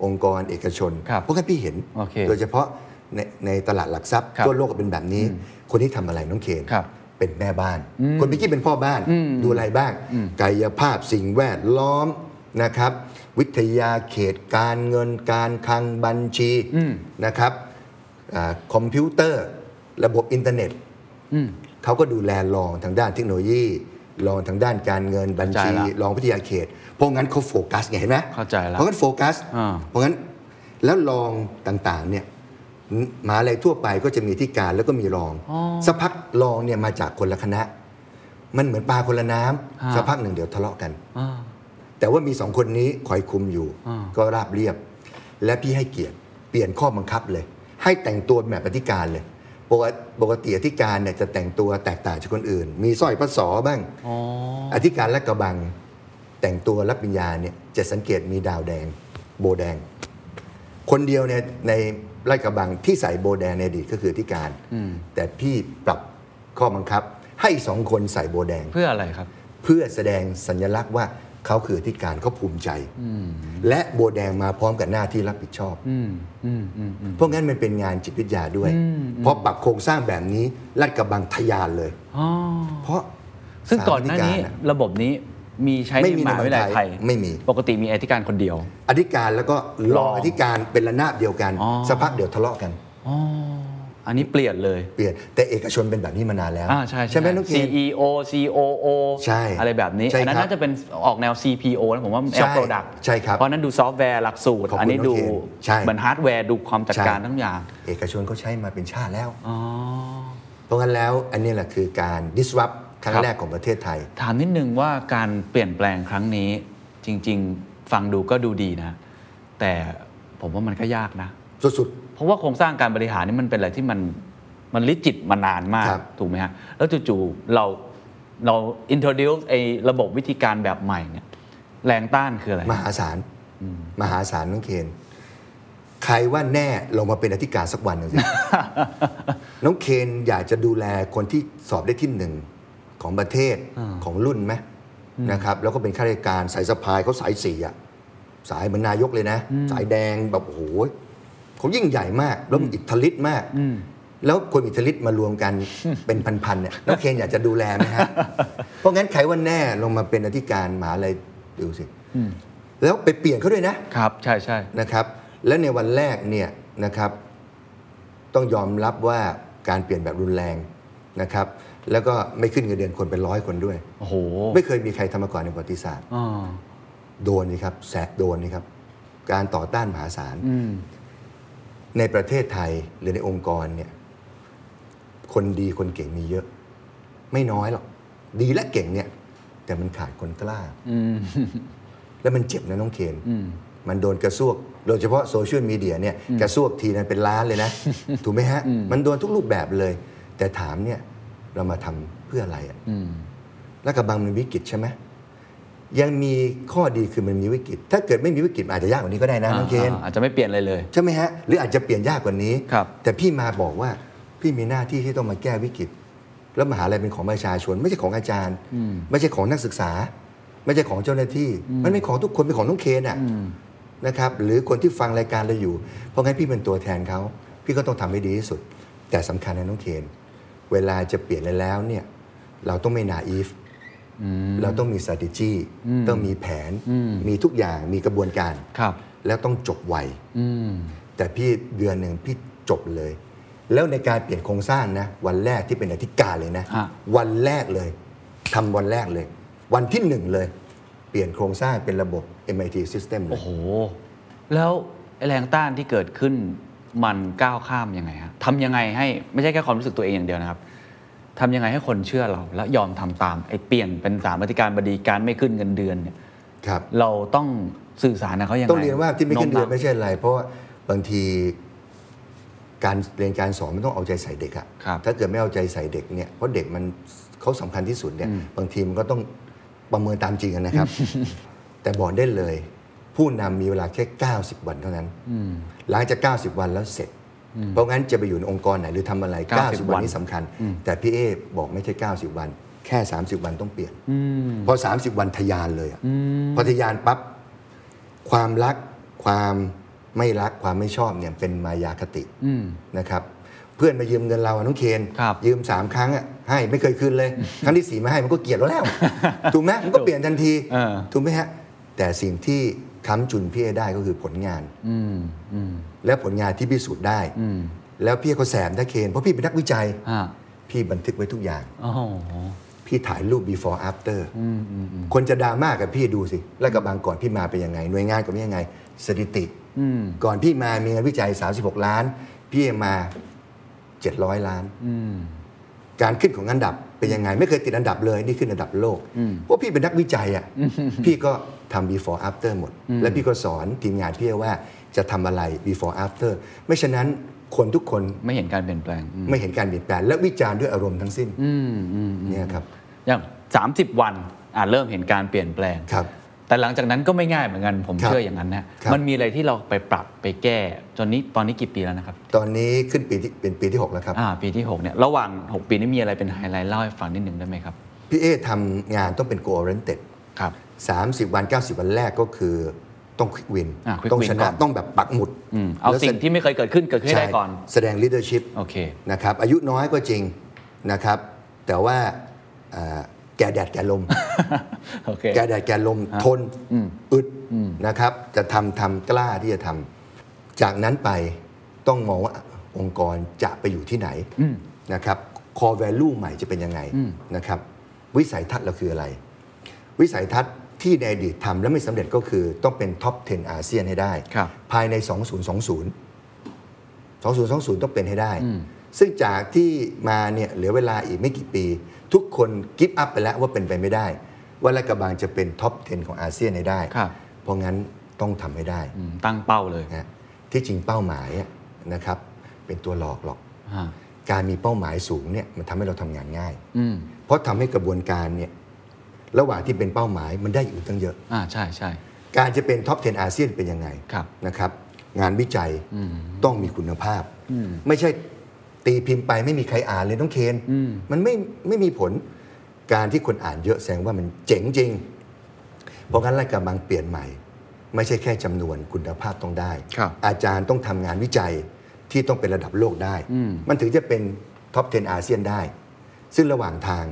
Speaker 5: องค์กรเอกชน
Speaker 4: ครับ
Speaker 5: เพราะงั้นพี่เห็น
Speaker 4: โอเค
Speaker 5: โดยเฉพาะในในตลาดหลักทรัพย์
Speaker 4: ครับ
Speaker 5: ทั่วโลกก็เป็นแบบนี้ คนที่ทำอะไรน้องเคน
Speaker 4: ครับ
Speaker 5: เป็นแม่บ้าน คนพี่กี้เป็นพ่อบ้านดูอะไรบ้าง กายภาพสิ่งแวดล้อมนะครับ วิทยาเขตการเงินการคลังบัญชี
Speaker 4: อืม
Speaker 5: นะครับ อาคอมพิวเตอร์ระบบอินเทอร์เน็ต
Speaker 4: อืม
Speaker 5: เขาก็ดูแลรองทางด้านเทคโนโลยีรองทางด้านการเงินบัญชี
Speaker 4: เข้าใจละ
Speaker 5: รองวิทยาเขต เพราะงั้นเขาโฟกัสไงเห็นไหม
Speaker 4: เข้าใจละ
Speaker 5: เพราะงั้นโฟกัส
Speaker 4: อ่า
Speaker 5: เพราะงั้นแล้วรองต่างๆเนี่ยมหาอะไรทั่วไปก็จะมีที่การแล้วก็มีรอง สักพักรองเนี่ยมาจากคนละคณะ มันเหมือนปลาคนละน้ำสักพักหนึ่งเดี๋ยวทะเลาะกัน
Speaker 4: อ่า
Speaker 5: แต่ว่ามีสองคนนี้คอยคุมอยู่
Speaker 4: อ่า
Speaker 5: ก็ราบเรียบ และพี่ให้เกียรติเปลี่ยนข้อบังคับเลย ให้แต่งตัวแบบอธิการเลย ปกติปกติอธิการเนี่ยจะแต่งตัวแตกต่างจากคนอื่น มีสร้อยพระสอบ้าง
Speaker 4: อ๋อ
Speaker 5: อธิการและกระบัง แต่งตัวรับปริญญาเนี่ยจะสังเกตมีดาวแดง โบแดง คนเดียวในยในไร่กระบังที่ใส่โบแดงในอดีตก็คืออธิการ
Speaker 4: อืม
Speaker 5: แต่พี่ปรับข้อบังคับ ให้สองคนใส่โบแดง
Speaker 4: เพื่ออะไรครับ
Speaker 5: เพื่อแสดงสัญลักษณ์ว่าเขาคืออธิการเขาภูมิใจ และโบวแดงมาพร้อมกับหน้าที่รับผิดชอบ
Speaker 4: อืม อืม อืมอืม
Speaker 5: เพราะงั้นมันเป็นงานจิตวิทยาด้วย
Speaker 4: อืม
Speaker 5: พอปรับโครงสร้างแบบนี้รัดกระบังทะยานเลย
Speaker 4: อ๋อ
Speaker 5: เพราะ
Speaker 4: ซึ่ง
Speaker 5: สม
Speaker 4: ก่อนหน้านี้
Speaker 5: ธิกระ
Speaker 4: บบนี้มีใช้ในมหาวิทยาลัยไทย
Speaker 5: ไม่มี
Speaker 4: ปกติมีอธิการคนเดียว
Speaker 5: อธิการแล้วก็ร
Speaker 4: ร
Speaker 5: อ
Speaker 4: อง ง
Speaker 5: อธิการเป็นระนาบเดียวกัน
Speaker 4: อ๋อ
Speaker 5: สักพักเดี๋ยวทะเลาะกัน
Speaker 4: อ๋อ อันนี้เปลี่ยนเลย
Speaker 5: เปลี่ยนแต่เอกชนเป็นแบบนี้มานานแล้ว
Speaker 4: อ่าใช่
Speaker 5: ใช่ไหมน้องเคน
Speaker 4: CEO COO
Speaker 5: ใช่
Speaker 4: อะไรแบบนี้
Speaker 5: ใช่
Speaker 4: อันนั้
Speaker 5: คน รับ
Speaker 4: น่าจะเป็นออกแนว CPO นะผมว่าแน
Speaker 5: ใช่
Speaker 4: ว Product
Speaker 5: ใช่ครับ
Speaker 4: เพราะนั้นดูซอฟต์แวร์หลักสูตร
Speaker 5: ขอบคุณ
Speaker 4: อันนี้ดู
Speaker 5: น้องเคนใช่
Speaker 4: เหมือนฮาร์ดแวร์ดูความจัดการทั้งอย่าง
Speaker 5: เอกชนเขาใช้มาเป็นชาติแล้ว
Speaker 4: อ๋อ
Speaker 5: เพราะงั้นแล้วอันนี้แหละคือการ disrupt ครั้ง
Speaker 4: ครับ
Speaker 5: แรกของประเทศไทย
Speaker 4: ถามนิดนึงว่าการเปลี่ยนแปลงครั้งนี้จริง ๆ ฟังดูก็ดูดีนะ แต่ ผมว่ามันก็ยากนะ
Speaker 5: สุด
Speaker 4: เพราะว่าโครงสร้างการบริหารนี่มันเป็นอะไรที่มันมันลิจิตมานานมาก
Speaker 5: ครับ
Speaker 4: ถูกไหมฮะแล้วจู่ๆเราเรา introduce ไอ้ระบบวิธีการแบบใหม่เนี่ยแรงต้านคืออะไร
Speaker 5: ๆ มหาศาลมหาศาลน้องเคน ใครว่าแน่ลงมาเป็นอธิการสักวันห *laughs* นึ่งสิ น้องเคนอยากจะดูแลคนที่สอบได้ที่หนึ่งของประเทศ
Speaker 4: อ่า
Speaker 5: ของรุ่นไหมนะครับ แล้วก็เป็นข้าราชการสายสะพายเขาสายสี่อะสายเหมือนนายกเลยนะ สายแดงแบบโอ้โหเขายิ่งใหญ่มากแล้วมีอิทธิฤทธิ์มาก แล้วคนอิทธิฤทธิ์มารวม *laughs* กัน เป็นพันๆเนี่ยน้องเคนอยากจะดูแลไหม *laughs* ฮะ เพราะงั้นใครว่าแน่ลงมาเป็นอธิการมหาอะไรดูสิแล้วไปเปลี่ยนเขาด้วยนะ
Speaker 4: ครับ ใช่ใช่
Speaker 5: นะครับและในวันแรกเนี่ยนะครับต้องยอมรับว่าการเปลี่ยนแบบรุนแรงนะครับแล้วก็ไม่ขึ้นเงินเดือนคนเป็นร้อยคนด้วย
Speaker 4: โอ้โห
Speaker 5: ไม่เคยมีใครทำมาก่อนในประวัติศาสตร์
Speaker 4: อ่า
Speaker 5: โดนนี่ครับแสบโดนนี่ครับการต่อต้านมหาศาล
Speaker 4: อืม
Speaker 5: ในประเทศไทยหรือในองค์กรเนี่ยคนดีคนเก่งมีเยอะ ไม่น้อยหรอกดีและเก่งเนี่ยแต่มันขาดคนกล้า
Speaker 4: อืม
Speaker 5: แล้วมันเจ็บนะน้องเคน
Speaker 4: อืม
Speaker 5: มันโดนกระซวก โดยเฉพาะโซเชียลมีเดียเนี่ยกระซวกทีนั้นเป็นล้านเลยนะ ถูกไหมฮะ มันโดนทุกรูปแบบเลย แต่ถามเนี่ยเรามาทำเพื่ออะไรอะ
Speaker 4: อืม
Speaker 5: แล้วกระบังมันวิกฤตใช่ไหมยังมีข้อดีคือมันมีวิกฤต ถ้าเกิดไม่มีวิกฤตมันอาจจะยากกว่านี้ก็ได้นะน้องเคน
Speaker 4: อ่าอาจจะไม่เปลี่ยนอะไรเลย
Speaker 5: ใช่ไหมฮะ หรืออาจจะเปลี่ยนยากกว่านี้
Speaker 4: ครับ
Speaker 5: แต่พี่มาบอกว่าพี่มีหน้าที่ที่ต้องมาแก้วิกฤต แล้วมหาลัยเป็นของประชาชน ไม่ใช่ของอาจารย์ ไม่ใช่ของนักศึกษา ไม่ใช่ของเจ้าหน้าที่ มันเป็นของทุกคนเป็นของน้องเคนอ่ะนะครับ หรือคนที่ฟังรายการเราอยู่ เพราะงั้นพี่เป็นตัวแทนเขาพี่ก็ต้องทำให้ดีที่สุด แต่สำคัญนะน้องเคน เวลาจะเปลี่ยนอะไรแล้วเนี่ยเราต้องไม่นาอีฟ เราต้องมี strategy ต้องมีแผน มีทุกอย่างมีกระบวนการ
Speaker 4: ครับ
Speaker 5: แล้วต้องจบไว
Speaker 4: อืม
Speaker 5: แต่พี่เดือนหนึ่งพี่จบเลย แล้วในการเปลี่ยนโครงสร้างนะ วันแรกที่เป็นอธิการเลยนะ
Speaker 4: ฮะ
Speaker 5: วันแรกเลยทำวันแรกเลย วันที่หนึ่งเลย เปลี่ยนโครงสร้างเป็นระบบ MIT System เล
Speaker 4: โอ้
Speaker 5: ย
Speaker 4: โห แล้วไอ้แรงต้านที่เกิดขึ้นมันก้าวข้ามยังไงฮะทำยังไงให้ไม่ใช่แค่ความรู้สึกตัวเองอย่างเดียวนะครับทำยังไงให้คนเชื่อเรา และยอมทำตามไอ้เปลี่ยนเป็นสามอธิการบดีการไม่ขึ้นเงินเดือนเนี่ย
Speaker 5: ครับ
Speaker 4: เราต้องสื่อสารกับเขายังไง
Speaker 5: ต้องเรียนว่าที่ไม่ขึ้นเดือน
Speaker 4: โา
Speaker 5: ไม่ใช่อะไร เพราะว่าบางทีการเรียนการสอนมันต้องเอาใจใส่เด็กอะ
Speaker 4: ครับ
Speaker 5: ถ้าเกิดไม่เอาใจใส่เด็กเนี่ยเพราะเด็กมันเขาสำคัญที่สุดเนี่ยบางทีมันก็ต้องประเมินตามจริงอะ *laughs* นะครับ แต่บอกได้เลย ผู้นำมีเวลาแค่ 90 วันเท่านั้นหลังจาก 90 วันแล้วเสร็จ เพราะงั้นจะไปอยู่ในองค์กรไหนหรือทำอะไร
Speaker 4: 90
Speaker 5: 90 วันนี่สำคัญ แต่พี่เอบอกไม่ใช่ 90 วัน แค่ 30 วันต้องเปลี่ยนพอ 30 วันทะยานเลยอะพอทะยานปั๊บ ความรักความไม่รักความไม่ชอบเนี่ยเป็นมายาคตินะครับ เพื่อนมายืมเงินเราอะน้องเคน
Speaker 4: ครับ
Speaker 5: ยืมสามครั้งอ่ะให้ไม่เคยคืนเลย ครั้งที่สี่มาให้มันก็เกลียดแล้ว
Speaker 4: *laughs*
Speaker 5: แล้ว ถูกไหมมันก็เปลี่ยนทันที
Speaker 4: เออ
Speaker 5: ถูกไหมฮะแต่สิ่งที่ค้ำจุนพี่เอได้ก็คือผลงาน
Speaker 4: อืมอืม
Speaker 5: และผลงานที่พิสูจน์ได้
Speaker 4: อืม
Speaker 5: แล้วพี่ก็แสบนะเคนเพราะพี่เป็นนักวิจัย
Speaker 4: อ่า
Speaker 5: พี่บันทึกไว้ทุกอย่าง
Speaker 4: โอ้โห
Speaker 5: พี่ถ่ายรูป before after
Speaker 4: อืมอืมอืม
Speaker 5: คนจะดราม่ากับพี่ดูสิแล้วกับบางก่อนพี่มาเป็นยังไง หน่วยงานก็เป็นยังไงสถิติ
Speaker 4: อืม
Speaker 5: ก่อนพี่มามีงานวิจัย 36 ล้าน พี่มา 700 ล้าน
Speaker 4: อืม
Speaker 5: การขึ้นของอันดับเป็นยังไง ไม่เคยติดอันดับเลยนี่ขึ้นอันดับโลก
Speaker 4: อืม
Speaker 5: เพราะพี่เป็นนักวิจัยอ่ะพี่ก็ทำ before after หมด และพี่ก็สอนทีมงานพี่ว่าจะทำอะไร before after ไม่ฉะนั้นคนทุกคน
Speaker 4: ไม่เห็นการเปลี่ยนแปลงอืม
Speaker 5: ไม่เห็นการเปลี่ยนแปลงและวิจารณ์ด้วยอารมณ์ทั้งสิ้น
Speaker 4: อืมอืมอืม
Speaker 5: เนี่ยครับ
Speaker 4: อย่าง 30 วันอ่าเริ่มเห็นการเปลี่ยนแปลง
Speaker 5: ครับ
Speaker 4: แต่หลังจากนั้นก็ไม่ง่ายเหมือนกัน ผม
Speaker 5: ครับ
Speaker 4: เชื่ออย่างนั้นนะ
Speaker 5: ครับ
Speaker 4: มันมีอะไรที่เราไปปรับไปแก้จนนี้ตอนนี้กี่ปีแล้วนะครับ
Speaker 5: ตอนนี้ขึ้นปีที่เป็นปีที่ 6 แล้วครับ
Speaker 4: อ่า ปีที่ 6 เนี่ย ระหว่าง 6 ปีนี้มีอะไรเป็นไฮไลท์เล่าให้ฟังนิดหนึ่งได้ไหมครับ
Speaker 5: พี่เอทำงานต้องเป็น goal oriented
Speaker 4: ครับ
Speaker 5: 30 วัน 90 วันแรกก็คือต้องควิกวิน
Speaker 4: อ่ะ quick
Speaker 5: ต้อง
Speaker 4: win
Speaker 5: ชนะ
Speaker 4: ก่อน
Speaker 5: ต้องแบบปักหมุด
Speaker 4: อืมเอา
Speaker 5: แล้ว
Speaker 4: สิ่งที่ไม่เคยเกิดขึ้นเกิดขึ้นให้
Speaker 5: ใช่
Speaker 4: ได้ก่อน
Speaker 5: แสดง leadership
Speaker 4: โอเค
Speaker 5: นะครับอายุน้อยก็จริงนะครับ แต่ว่าเอ่อแก่แดดแก่ลม
Speaker 4: โอเค
Speaker 5: แก่แดดแก่ลมทนอึดนะครับ จะทำทำกล้าที่จะทำจากนั้นไปต้องมองว่าองค์กรจะไปอยู่ที่ไหนนะครับ core value ใหม่จะเป็นยังไงนะครับ วิสัยทัศน์เราคืออะไร วิสัยทัศน์ที่ในอดีตทำและไม่สำเร็จก็คือต้องเป็นท็อป 10 อาเซียนให้ได้
Speaker 4: ครับ
Speaker 5: ภายใน 2020 2020 ต้องเป็นให้ได้ ซึ่งจากที่มาเนี่ยเหลือเวลาอีกไม่กี่ปี ทุกคนกิฟต์อัพไปแล้วว่าเป็นไปไม่ได้ ว่าลาดกระบังจะเป็นท็อป 10 ของอาเซียนให้ได้
Speaker 4: ครับ
Speaker 5: เพราะงั้นต้องทำให้ได้
Speaker 4: อืมตั้งเป้าเลย
Speaker 5: นะ ที่จริงเป้าหมายอะนะครับเป็นตัวหลอกหรอก
Speaker 4: อ่า
Speaker 5: การมีเป้าหมายสูงเนี่ยมันทำให้เราทำงานง่าย
Speaker 4: อืม
Speaker 5: เพราะทำให้กระบวนการเนี่ยระหว่างที่เป็นเป้าหมายมันได้อยู่ตั้งเยอะ
Speaker 4: อ่าใช่ใช่
Speaker 5: การจะเป็นท็อป 10 อาเซียนเป็นยังไง
Speaker 4: ครับ
Speaker 5: นะครับ งานวิจัย
Speaker 4: อืม
Speaker 5: ต้องมีคุณภาพ
Speaker 4: อืม
Speaker 5: ไม่ใช่ตีพิมพ์ไปไม่มีใครอ่านเลยน้องเคน
Speaker 4: อืม
Speaker 5: มันไม่ไม่มีผลการที่คนอ่านเยอะแสดงว่ามันเจ๋งจริง เพราะงั้นรายการบางเปลี่ยนใหม่ ไม่ใช่แค่จำนวนคุณภาพต้องได้
Speaker 4: ครับ
Speaker 5: อาจารย์ต้องทำงานวิจัยที่ต้องเป็นระดับโลกได้
Speaker 4: อืม
Speaker 5: มันถึงจะเป็นท็อป 10 อาเซียนได้ ซึ่งระหว่างทาง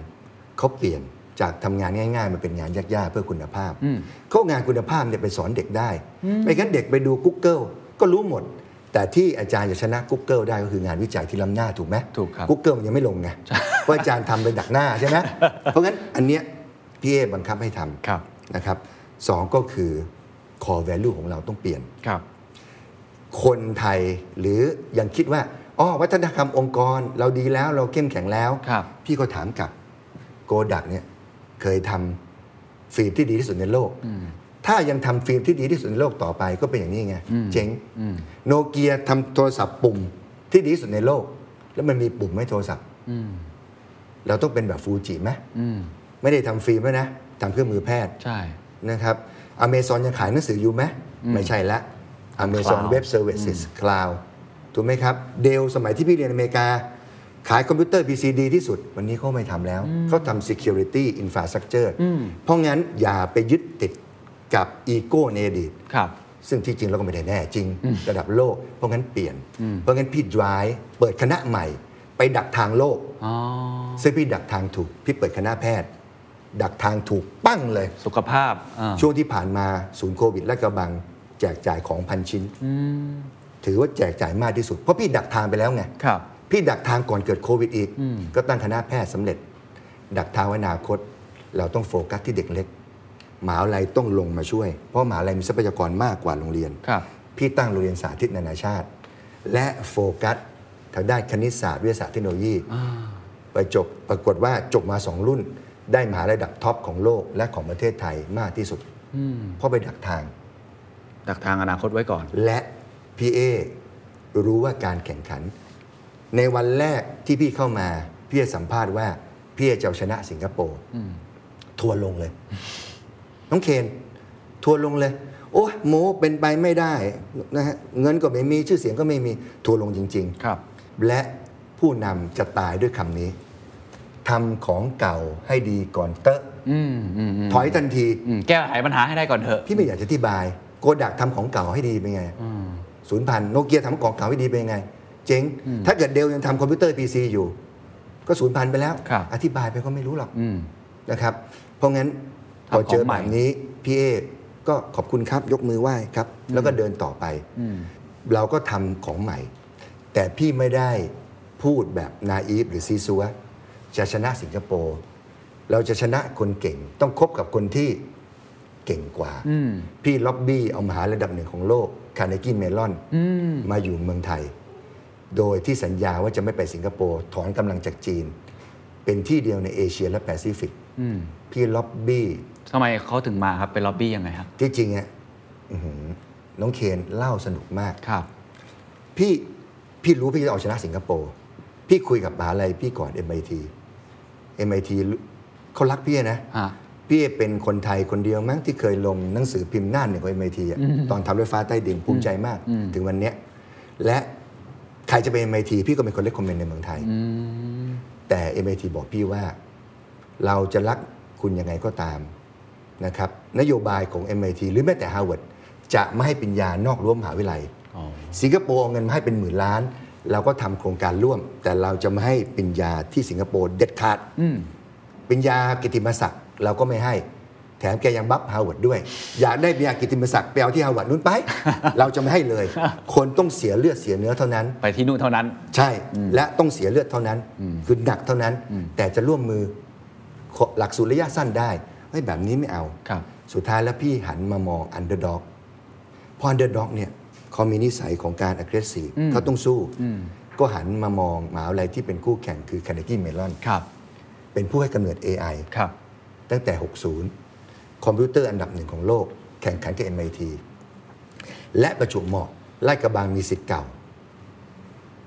Speaker 5: เขาเปลี่ยนจากทำงานง่าย ๆ มาเป็นงานยากๆเพื่อคุณภาพ
Speaker 4: อืม
Speaker 5: เขาเอางานคุณภาพเนี่ยไปสอนเด็กได้ ไม่งั้นเด็กไปดู Google ก็รู้หมด แต่ที่อาจารย์จะชนะ Google ได้ก็คืองานวิจัยที่ล้ำหน้าถูกไหม
Speaker 4: ถูกครับ
Speaker 5: Google มันยังไม่ลงไงเพราะอาจารย์ทำเป็นดักหน้าใช่ไหม เพราะงั้นอันเนี้ยพี่เอบังคับให้ทำ
Speaker 4: ครับ
Speaker 5: นะครับสองก็คือ core value ของเราต้องเปลี่ยน
Speaker 4: ครับ
Speaker 5: คนไทยหรือยังคิดว่าอ๋อวัฒนธรรมองค์กรเราดีแล้วเราเข้มแข็งแล้ว
Speaker 4: ครับ
Speaker 5: พี่ก็ถามกลับโกดักเนี่ยเคยทำฟิล์มที่ดีที่สุดในโลก
Speaker 4: อืม
Speaker 5: ถ้ายังทำฟิล์มที่ดีที่สุดในโลกต่อไปก็เป็นอย่างนี้ไง
Speaker 4: อืม
Speaker 5: เจ๋ง
Speaker 4: อืม
Speaker 5: โนเกียทำโทรศัพท์ปุ่มที่ดีที่สุดในโลก แล้วมันมีปุ่มไหม่โทรศัพท์
Speaker 4: อืม
Speaker 5: เราต้องเป็นแบบฟูจิไหม
Speaker 4: อืม
Speaker 5: ไม่ได้ทำฟิล์มแล้วนะทำเครื่องมือแพทย์
Speaker 4: ใช่
Speaker 5: นะครับอเมซอนยังขายหนังสืออยู่ไหม
Speaker 4: อืม
Speaker 5: ไม่ใช่ละอเมซอน
Speaker 4: Cloud
Speaker 5: เว็บเซอร์วิสคลาวถูกไหมครับเดลสมัยที่พี่เรียนอเมริกา ขายคอมพิวเตอร์ PCD ที่สุด วันนี้เขาไม่ทำแล้วเขาทำ Security Infrastructure
Speaker 4: อืม
Speaker 5: เพราะงั้นอย่าไปยึดติดกับอีโก้ในอดีต
Speaker 4: ครับ
Speaker 5: ซึ่งที่จริงเราก็ไม่ได้แน่จริง ระดับโลก เพราะงั้นเปลี่ยน เพราะงั้นพี่ drive เปิดคณะใหม่ ไปดักทางโลก
Speaker 4: อ๋อ
Speaker 5: ซึ่งพี่ดักทางถูก พี่เปิดคณะแพทย์ ดักทางถูกปั้งเลย
Speaker 4: สุขภาพอ่า
Speaker 5: ช่วงที่ผ่านมาศูนย์โควิดและกระบัง แจกจ่ายของพันชิ้น
Speaker 4: อืม
Speaker 5: ถือว่าแจกจ่ายมากที่สุด เพราะพี่ดักทางไปแล้วไง
Speaker 4: ครับ
Speaker 5: พี่ดักทางก่อนเกิดโควิดอีก
Speaker 4: อืม
Speaker 5: ก็ตั้งคณะแพทย์สำเร็จ ดักทางไว้อนาคต เราต้องโฟกัสที่เด็กเล็กหมหาวิทยาลัยต้องลงมาช่วย เพราะหมหาวิทยาลัยมีทรัพยากรมากกว่าโรงเรียน
Speaker 4: ครับ
Speaker 5: พี่ตั้งโรงเรียนสาธิตนานาชาติ และโฟกัสทางด้านคณิตศาสตร์วิทยาศาสตร์เทคโนโลยีไปจบปรากฏว่าจบมาสองรุ่น ได้มหาระดับท็อปของโลกและของประเทศไทยมากที่สุด
Speaker 4: อืม
Speaker 5: เพราะไปดักทาง
Speaker 4: ดักทางอนาคตไว้ก่อน
Speaker 5: และพี่เอรู้ว่าการแข่งขัน ในวันแรกที่พี่เข้ามาพี่จะสัมภาษณ์ว่าพี่จะเอาชนะสิงคโปร์
Speaker 4: อืม
Speaker 5: ทัวร์ลงเลย น้องเคนทัวร์ลงเลย โอ้โมเป็นไปไม่ได้นะฮะเงินก็ไม่มีชื่อเสียงก็ไม่มีทัวร์ลงจริง ๆ
Speaker 4: ครับ
Speaker 5: และผู้นำจะตายด้วยคำนี้ทำของเก่าให้ดีก่อนเตอะ
Speaker 4: อืมอืมม
Speaker 5: ถอยทันที
Speaker 4: อืมแก้ไขปัญหาให้ได้ก่อนเถอะ
Speaker 5: พี่ไม่อยากจะอธิบาย โกดักทำของเก่าให้ดีเป็นไง
Speaker 4: อืม
Speaker 5: ศูนย์พันโนเกียทำของเก่าให้ดีเป็นยังไง เจ๊ง ถ้าเกิดเดลยังทำคอมพิวเตอร์ PC อยู่ ก็ศูนย์พันไปแล้ว
Speaker 4: ครับ
Speaker 5: อธิบายไปก็ไม่รู้หรอก
Speaker 4: อืม
Speaker 5: นะครับ เพราะงั้นพ
Speaker 4: ทำ
Speaker 5: อเจอ
Speaker 4: ของใหม่
Speaker 5: แบบนี้พี่เอก็ขอบคุณครับยกมือไหว้ครับ แล้วก็เดินต่อไป
Speaker 4: อืม
Speaker 5: เราก็ทำของใหม่ แต่พี่ไม่ได้พูดแบบนาอีฟหรือซีซัวจะชนะสิงคโปร์เราจะชนะคนเก่ง ต้องคบกับคนที่เก่งกว่า
Speaker 4: อืม
Speaker 5: พี่ล็อบบี้เอามหาระดับหนึ่งของโลกคาร์เนกี้เมลอน
Speaker 4: อืม
Speaker 5: มาอยู่เมืองไทย โดยที่สัญญาว่าจะไม่ไปสิงคโปร์ถอนกำลังจากจีน เป็นที่เดียวในเอเชียและแปซิฟิก
Speaker 4: อืม
Speaker 5: พี่ล็อบบี้
Speaker 4: ทำไมเขาถึงมาครับ เป็นล็อบบี้ยังไงครับ
Speaker 5: ที่จริงอะอื้อหือน้องเคนเล่าสนุกมาก
Speaker 4: ครับ
Speaker 5: พี่พี่รู้พี่จะเอาชนะสิงคโปร์ พี่คุยกับมหาลัยพี่ก่อน MIT MIT เขารักพี่นะ
Speaker 4: ฮะ
Speaker 5: พี่เป็นคนไทยคนเดียวมั้งที่เคยลงหนังสือพิมพ์หน้าหนึ่งของ MIT อะตอนทำรถไฟฟ้าใต้ดินภูมิใจมาก
Speaker 4: อืม
Speaker 5: ถึงวันเนี้ยและใครจะเป็น MIT พี่ก็เป็นคนเล็กคอมเมนต์ในเมืองไทย
Speaker 4: อืม
Speaker 5: แต่ MIT บอกพี่ว่า เราจะรักคุณยังไงก็ตามนะครับนโยบายของ MIT หรือแม้แต่ Harvard จะไม่ให้ปริญญานอกร่วมมหาวิทยาลัย
Speaker 4: อ๋อ
Speaker 5: สิงคโปร์เอาเงินมาให้เป็นหมื่นล้าน เราก็ทำโครงการร่วม แต่เราจะไม่ให้ปริญญาที่สิงคโปร์เด็ดขาด
Speaker 4: อืม
Speaker 5: ปริญญากิตติมศักดิ์เราก็ไม่ให้ แถมแกยังบัฟฮาวเวิร์ดด้วย อยากได้ปริญญากิตติมศักดิ์ไปเอาที่ฮาวเวิร์ด
Speaker 4: *laughs*
Speaker 5: นู้นไป เราจะไม่ให้เลย คนต้องเสียเลือดเสียเนื้อเท่านั้น
Speaker 4: ไปที่นู่นเท่านั้น
Speaker 5: ใช่และต้องเสียเลือดเท่านั้น คือหนักเท่านั้น แต่จะร่วมมือขอหลักสูตรระยะสั้นได้เฮ้ยแบบนี้ไม่เอา
Speaker 4: ครับ
Speaker 5: สุดท้ายแล้วพี่หันมามองอันเดอร์ด็อกพออันเดอร์ด็อกเนี่ยเขามีนิสัยของการ aggressive
Speaker 4: อืม
Speaker 5: เขาต้องสู้
Speaker 4: อืม
Speaker 5: ก็หันมามองหมหาวิทยาลัยที่เป็นคู่แข่งคือ Carnegie Mellon
Speaker 4: ครับ
Speaker 5: เป็นผู้ให้กำเนิด AI
Speaker 4: ครับ
Speaker 5: ตั้งแต่ 60 คอมพิวเตอร์อันดับหนึ่งของโลก แข่งขันกับ MIT และประจวบเหมาะ ลาดกระบังมีสิทธิ์เก่า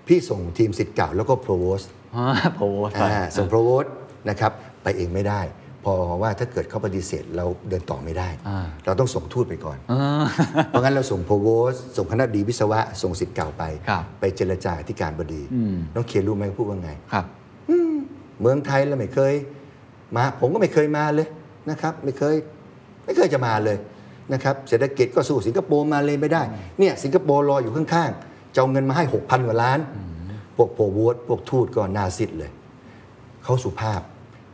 Speaker 5: พี่ส่งทีมสิทธิ์เก่าแล้วก็โปรโวส
Speaker 4: อ๋อโพสต์ไป
Speaker 5: อ่าส่งโปรโวตนะครับไปเองไม่ได้ พอว่าถ้าเกิดเขาปฏิเสธเราเดินต่อไม่ได้
Speaker 4: อ่า
Speaker 5: เราต้องส่งทูตไปก่อน
Speaker 4: อ่า
Speaker 5: เพราะงั้นเราส่งโพโวสส่งคณะบดีวิศวะ ส่งสิทธิ์เก่าไป
Speaker 4: ครับ
Speaker 5: ไปเจรจาที่การบดี
Speaker 4: อืม
Speaker 5: น้องเคียนรู้ไหมพูดว่าไง
Speaker 4: ครับ
Speaker 5: เมืองไทยเราไม่เคยมาผมก็ไม่เคยมาเลยนะครับ ไม่เคยไม่เคยจะมาเลยนะครับเศรษฐกิจก็สู้สิงคโปร์มาเลยไม่ได้เนี่ยสิงคโปร์รออยู่ข้างๆจะเอาเงินมาให้ 6,000กว่าล้าน พวกโพวตพวกทูตก็หนาซิดเลย เขาสุภาพ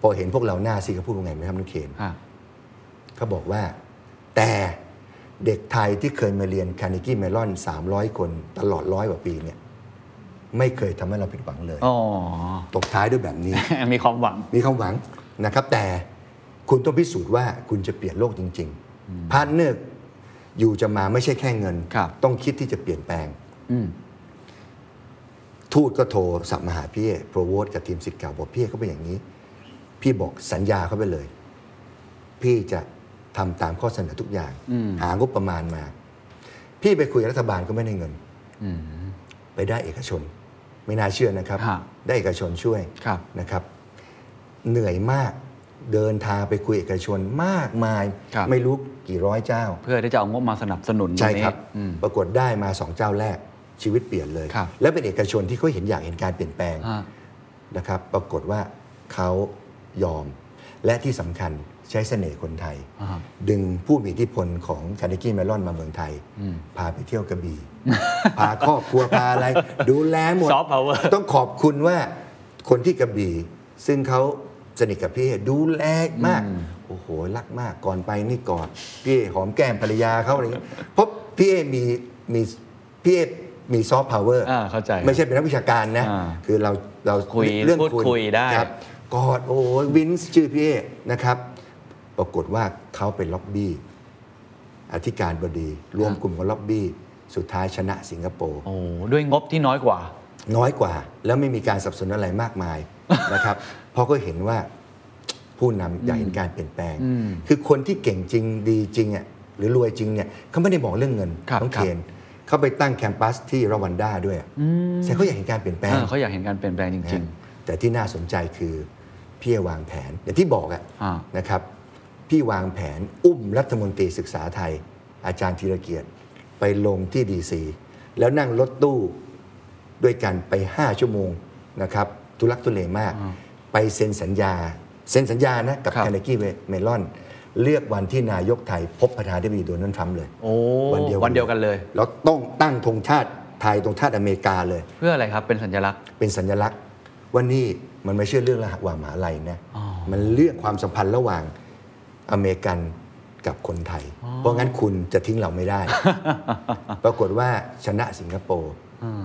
Speaker 5: พอเห็นพวกเราหน้าซิดเขาพูดว่าไงไหมครับน้องเคน
Speaker 4: ครับ
Speaker 5: เขาบอกว่า แต่เด็กไทยที่เคยมาเรียนคาร์เนกี้เมลอน 300 คนตลอดร้อยกว่าปีเนี่ยไม่เคยทำให้เราผิดหวังเลย
Speaker 4: อ๋อ
Speaker 5: ตบท้ายด้วยแบบนี้
Speaker 4: มีความหวัง
Speaker 5: มีความหวังนะครับแต่คุณต้องพิสูจน์ว่าคุณจะเปลี่ยนโลกจริงๆพาร์ทเนอร์อยู่จะมาไม่ใช่แค่เงิน
Speaker 4: ครับ
Speaker 5: ต้องคิดที่จะเปลี่ยนแปลง
Speaker 4: อืม
Speaker 5: ทูตก็โทรสับมาหาพี่เอโปรโวตกับทีมสิทธิ์เก่าบอกพี่เอเขาเป็นอย่างนี้ พี่บอกสัญญาเขาไปเลย พี่จะทำตามข้อเสนอทุกอย่าง
Speaker 4: อืม
Speaker 5: หางบประมาณมา พี่ไปคุยกับรัฐบาลก็ไม่ได้เงิน
Speaker 4: อืม
Speaker 5: ไปได้เอกชน ไม่น่าเชื่อนะครับ
Speaker 4: ฮะ
Speaker 5: ได้เอกชนช่วย
Speaker 4: ครับ
Speaker 5: นะครับ เหนื่อยมากเดินทางไปคุยเอกชนมากมาย
Speaker 4: ครับ
Speaker 5: ไม่รู้กี่ร้อยเจ้า
Speaker 4: เพื่อที่จะเอางบมาสนับสนุน
Speaker 5: ใช่
Speaker 4: ตงนี้
Speaker 5: ครับ
Speaker 4: อืม
Speaker 5: ปรากฏได้มาสองเจ้าแรกชีวิตเปลี่ยนเลย
Speaker 4: ครับ
Speaker 5: และเป็นเอกชนที่เขาเห็นอยากเห็นการเปลี่ยนแปลง
Speaker 4: ฮะ
Speaker 5: นะครับ ปรากฏว่าเขายอม และที่สำคัญใช้เสน่ห์คนไทย
Speaker 4: อ่าฮะ
Speaker 5: ดึงผู้มีอิทธิพลของคาเนกี้เมลอนมาเมืองไทย
Speaker 4: อืม
Speaker 5: พาไปเที่ยวกระบี่ พาครอบครัวพาอะไร ดูแลหมด
Speaker 4: Soft power
Speaker 5: *laughs* ต้องขอบคุณว่าคนที่กระบี่ ซึ่งเขาสนิทกับพี่เอดูแลมาก โอ้โห รักมากก่อนไปนี่กอดพี่เอหอมแก้มภรรยาเขาอะไรเงี้ยเพราะพี่เอมีมีพี่เอมีซอฟต์พาวเวอร์
Speaker 4: อ่าเข้าใจ
Speaker 5: ไม่ใช่เป็นนักวิชาการนะ
Speaker 4: อ่า
Speaker 5: คือเราเรา
Speaker 4: คุย
Speaker 5: เรื่อง
Speaker 4: พูดคุยได้
Speaker 5: ครับ กอดโอ้ยวินส์ชื่อพี่เอนะครับ ปรากฏว่าเขาเป็นล็อบบี้ อธิการบดีรวมกลุ่มกับล็อบบี้ สุดท้ายชนะสิงคโปร์
Speaker 4: โอ้ด้วยงบที่น้อยกว่า
Speaker 5: น้อยกว่าแล้วไม่มีการสนับสนุนอะไรมาก
Speaker 4: *laughs*
Speaker 5: มาย นะครับ เพราะก็เห็นว่าผู้นำอยากเห็นการเปลี่ยนแปลง
Speaker 4: อืม
Speaker 5: คือคนที่เก่งจริงดีจริงอ่ะหรือรวยจริงเนี่ยเขาไม่ได้มองเรื่องเงิน
Speaker 4: ครับ
Speaker 5: ต้อง
Speaker 4: ครับ
Speaker 5: เคนเขาไปตั้งแคมปัสที่รวันดาด้วยอะแสดงเขาอยากเห็นการเปลี่ยนแปลง
Speaker 4: เออเขาอยากเห็นการเปลี่ยนแปลงจริง
Speaker 5: ๆแต่ที่น่าสนใจคือพี่วางแผนอย่างที่บอกอะ
Speaker 4: อ่า
Speaker 5: นะครับ พี่วางแผนอุ้มรัฐมนตรีศึกษาไทย อาจารย์ธีรเกียรติไปลงที่ดีซีแล้วนั่งรถตู้ด้วยกันไป 5 ชั่วโมงนะครับทุลักทุเลมาก ไปเซ็นสัญญา เซ็นสัญญานะกับ
Speaker 4: ครับ
Speaker 5: คาร์เนกี้เมลอน เลือกวันที่นายกไทย พบประธานาธิบดีโดนัลด์ทรัมป์เลย
Speaker 4: ๆ โอ้
Speaker 5: วันเดียว
Speaker 4: วันเดียวกันเลย
Speaker 5: แล้วต้องตั้งธงชาติไทยตรงชาติอเมริกาเลย
Speaker 4: เพื่ออะไรครับเป็นสัญลักษณ์
Speaker 5: เป็นสัญลักษณ์ว่านี่มันไม่ใช่เรื่องระหว่างมหาลัยนะ
Speaker 4: อ๋อ
Speaker 5: มันเรื่องความสัมพันธ์ระหว่างอเมริกันกับคนไทย เพราะงั้นคุณจะทิ้งเราไม่ได้ ปรากฏว่าชนะสิงคโปร์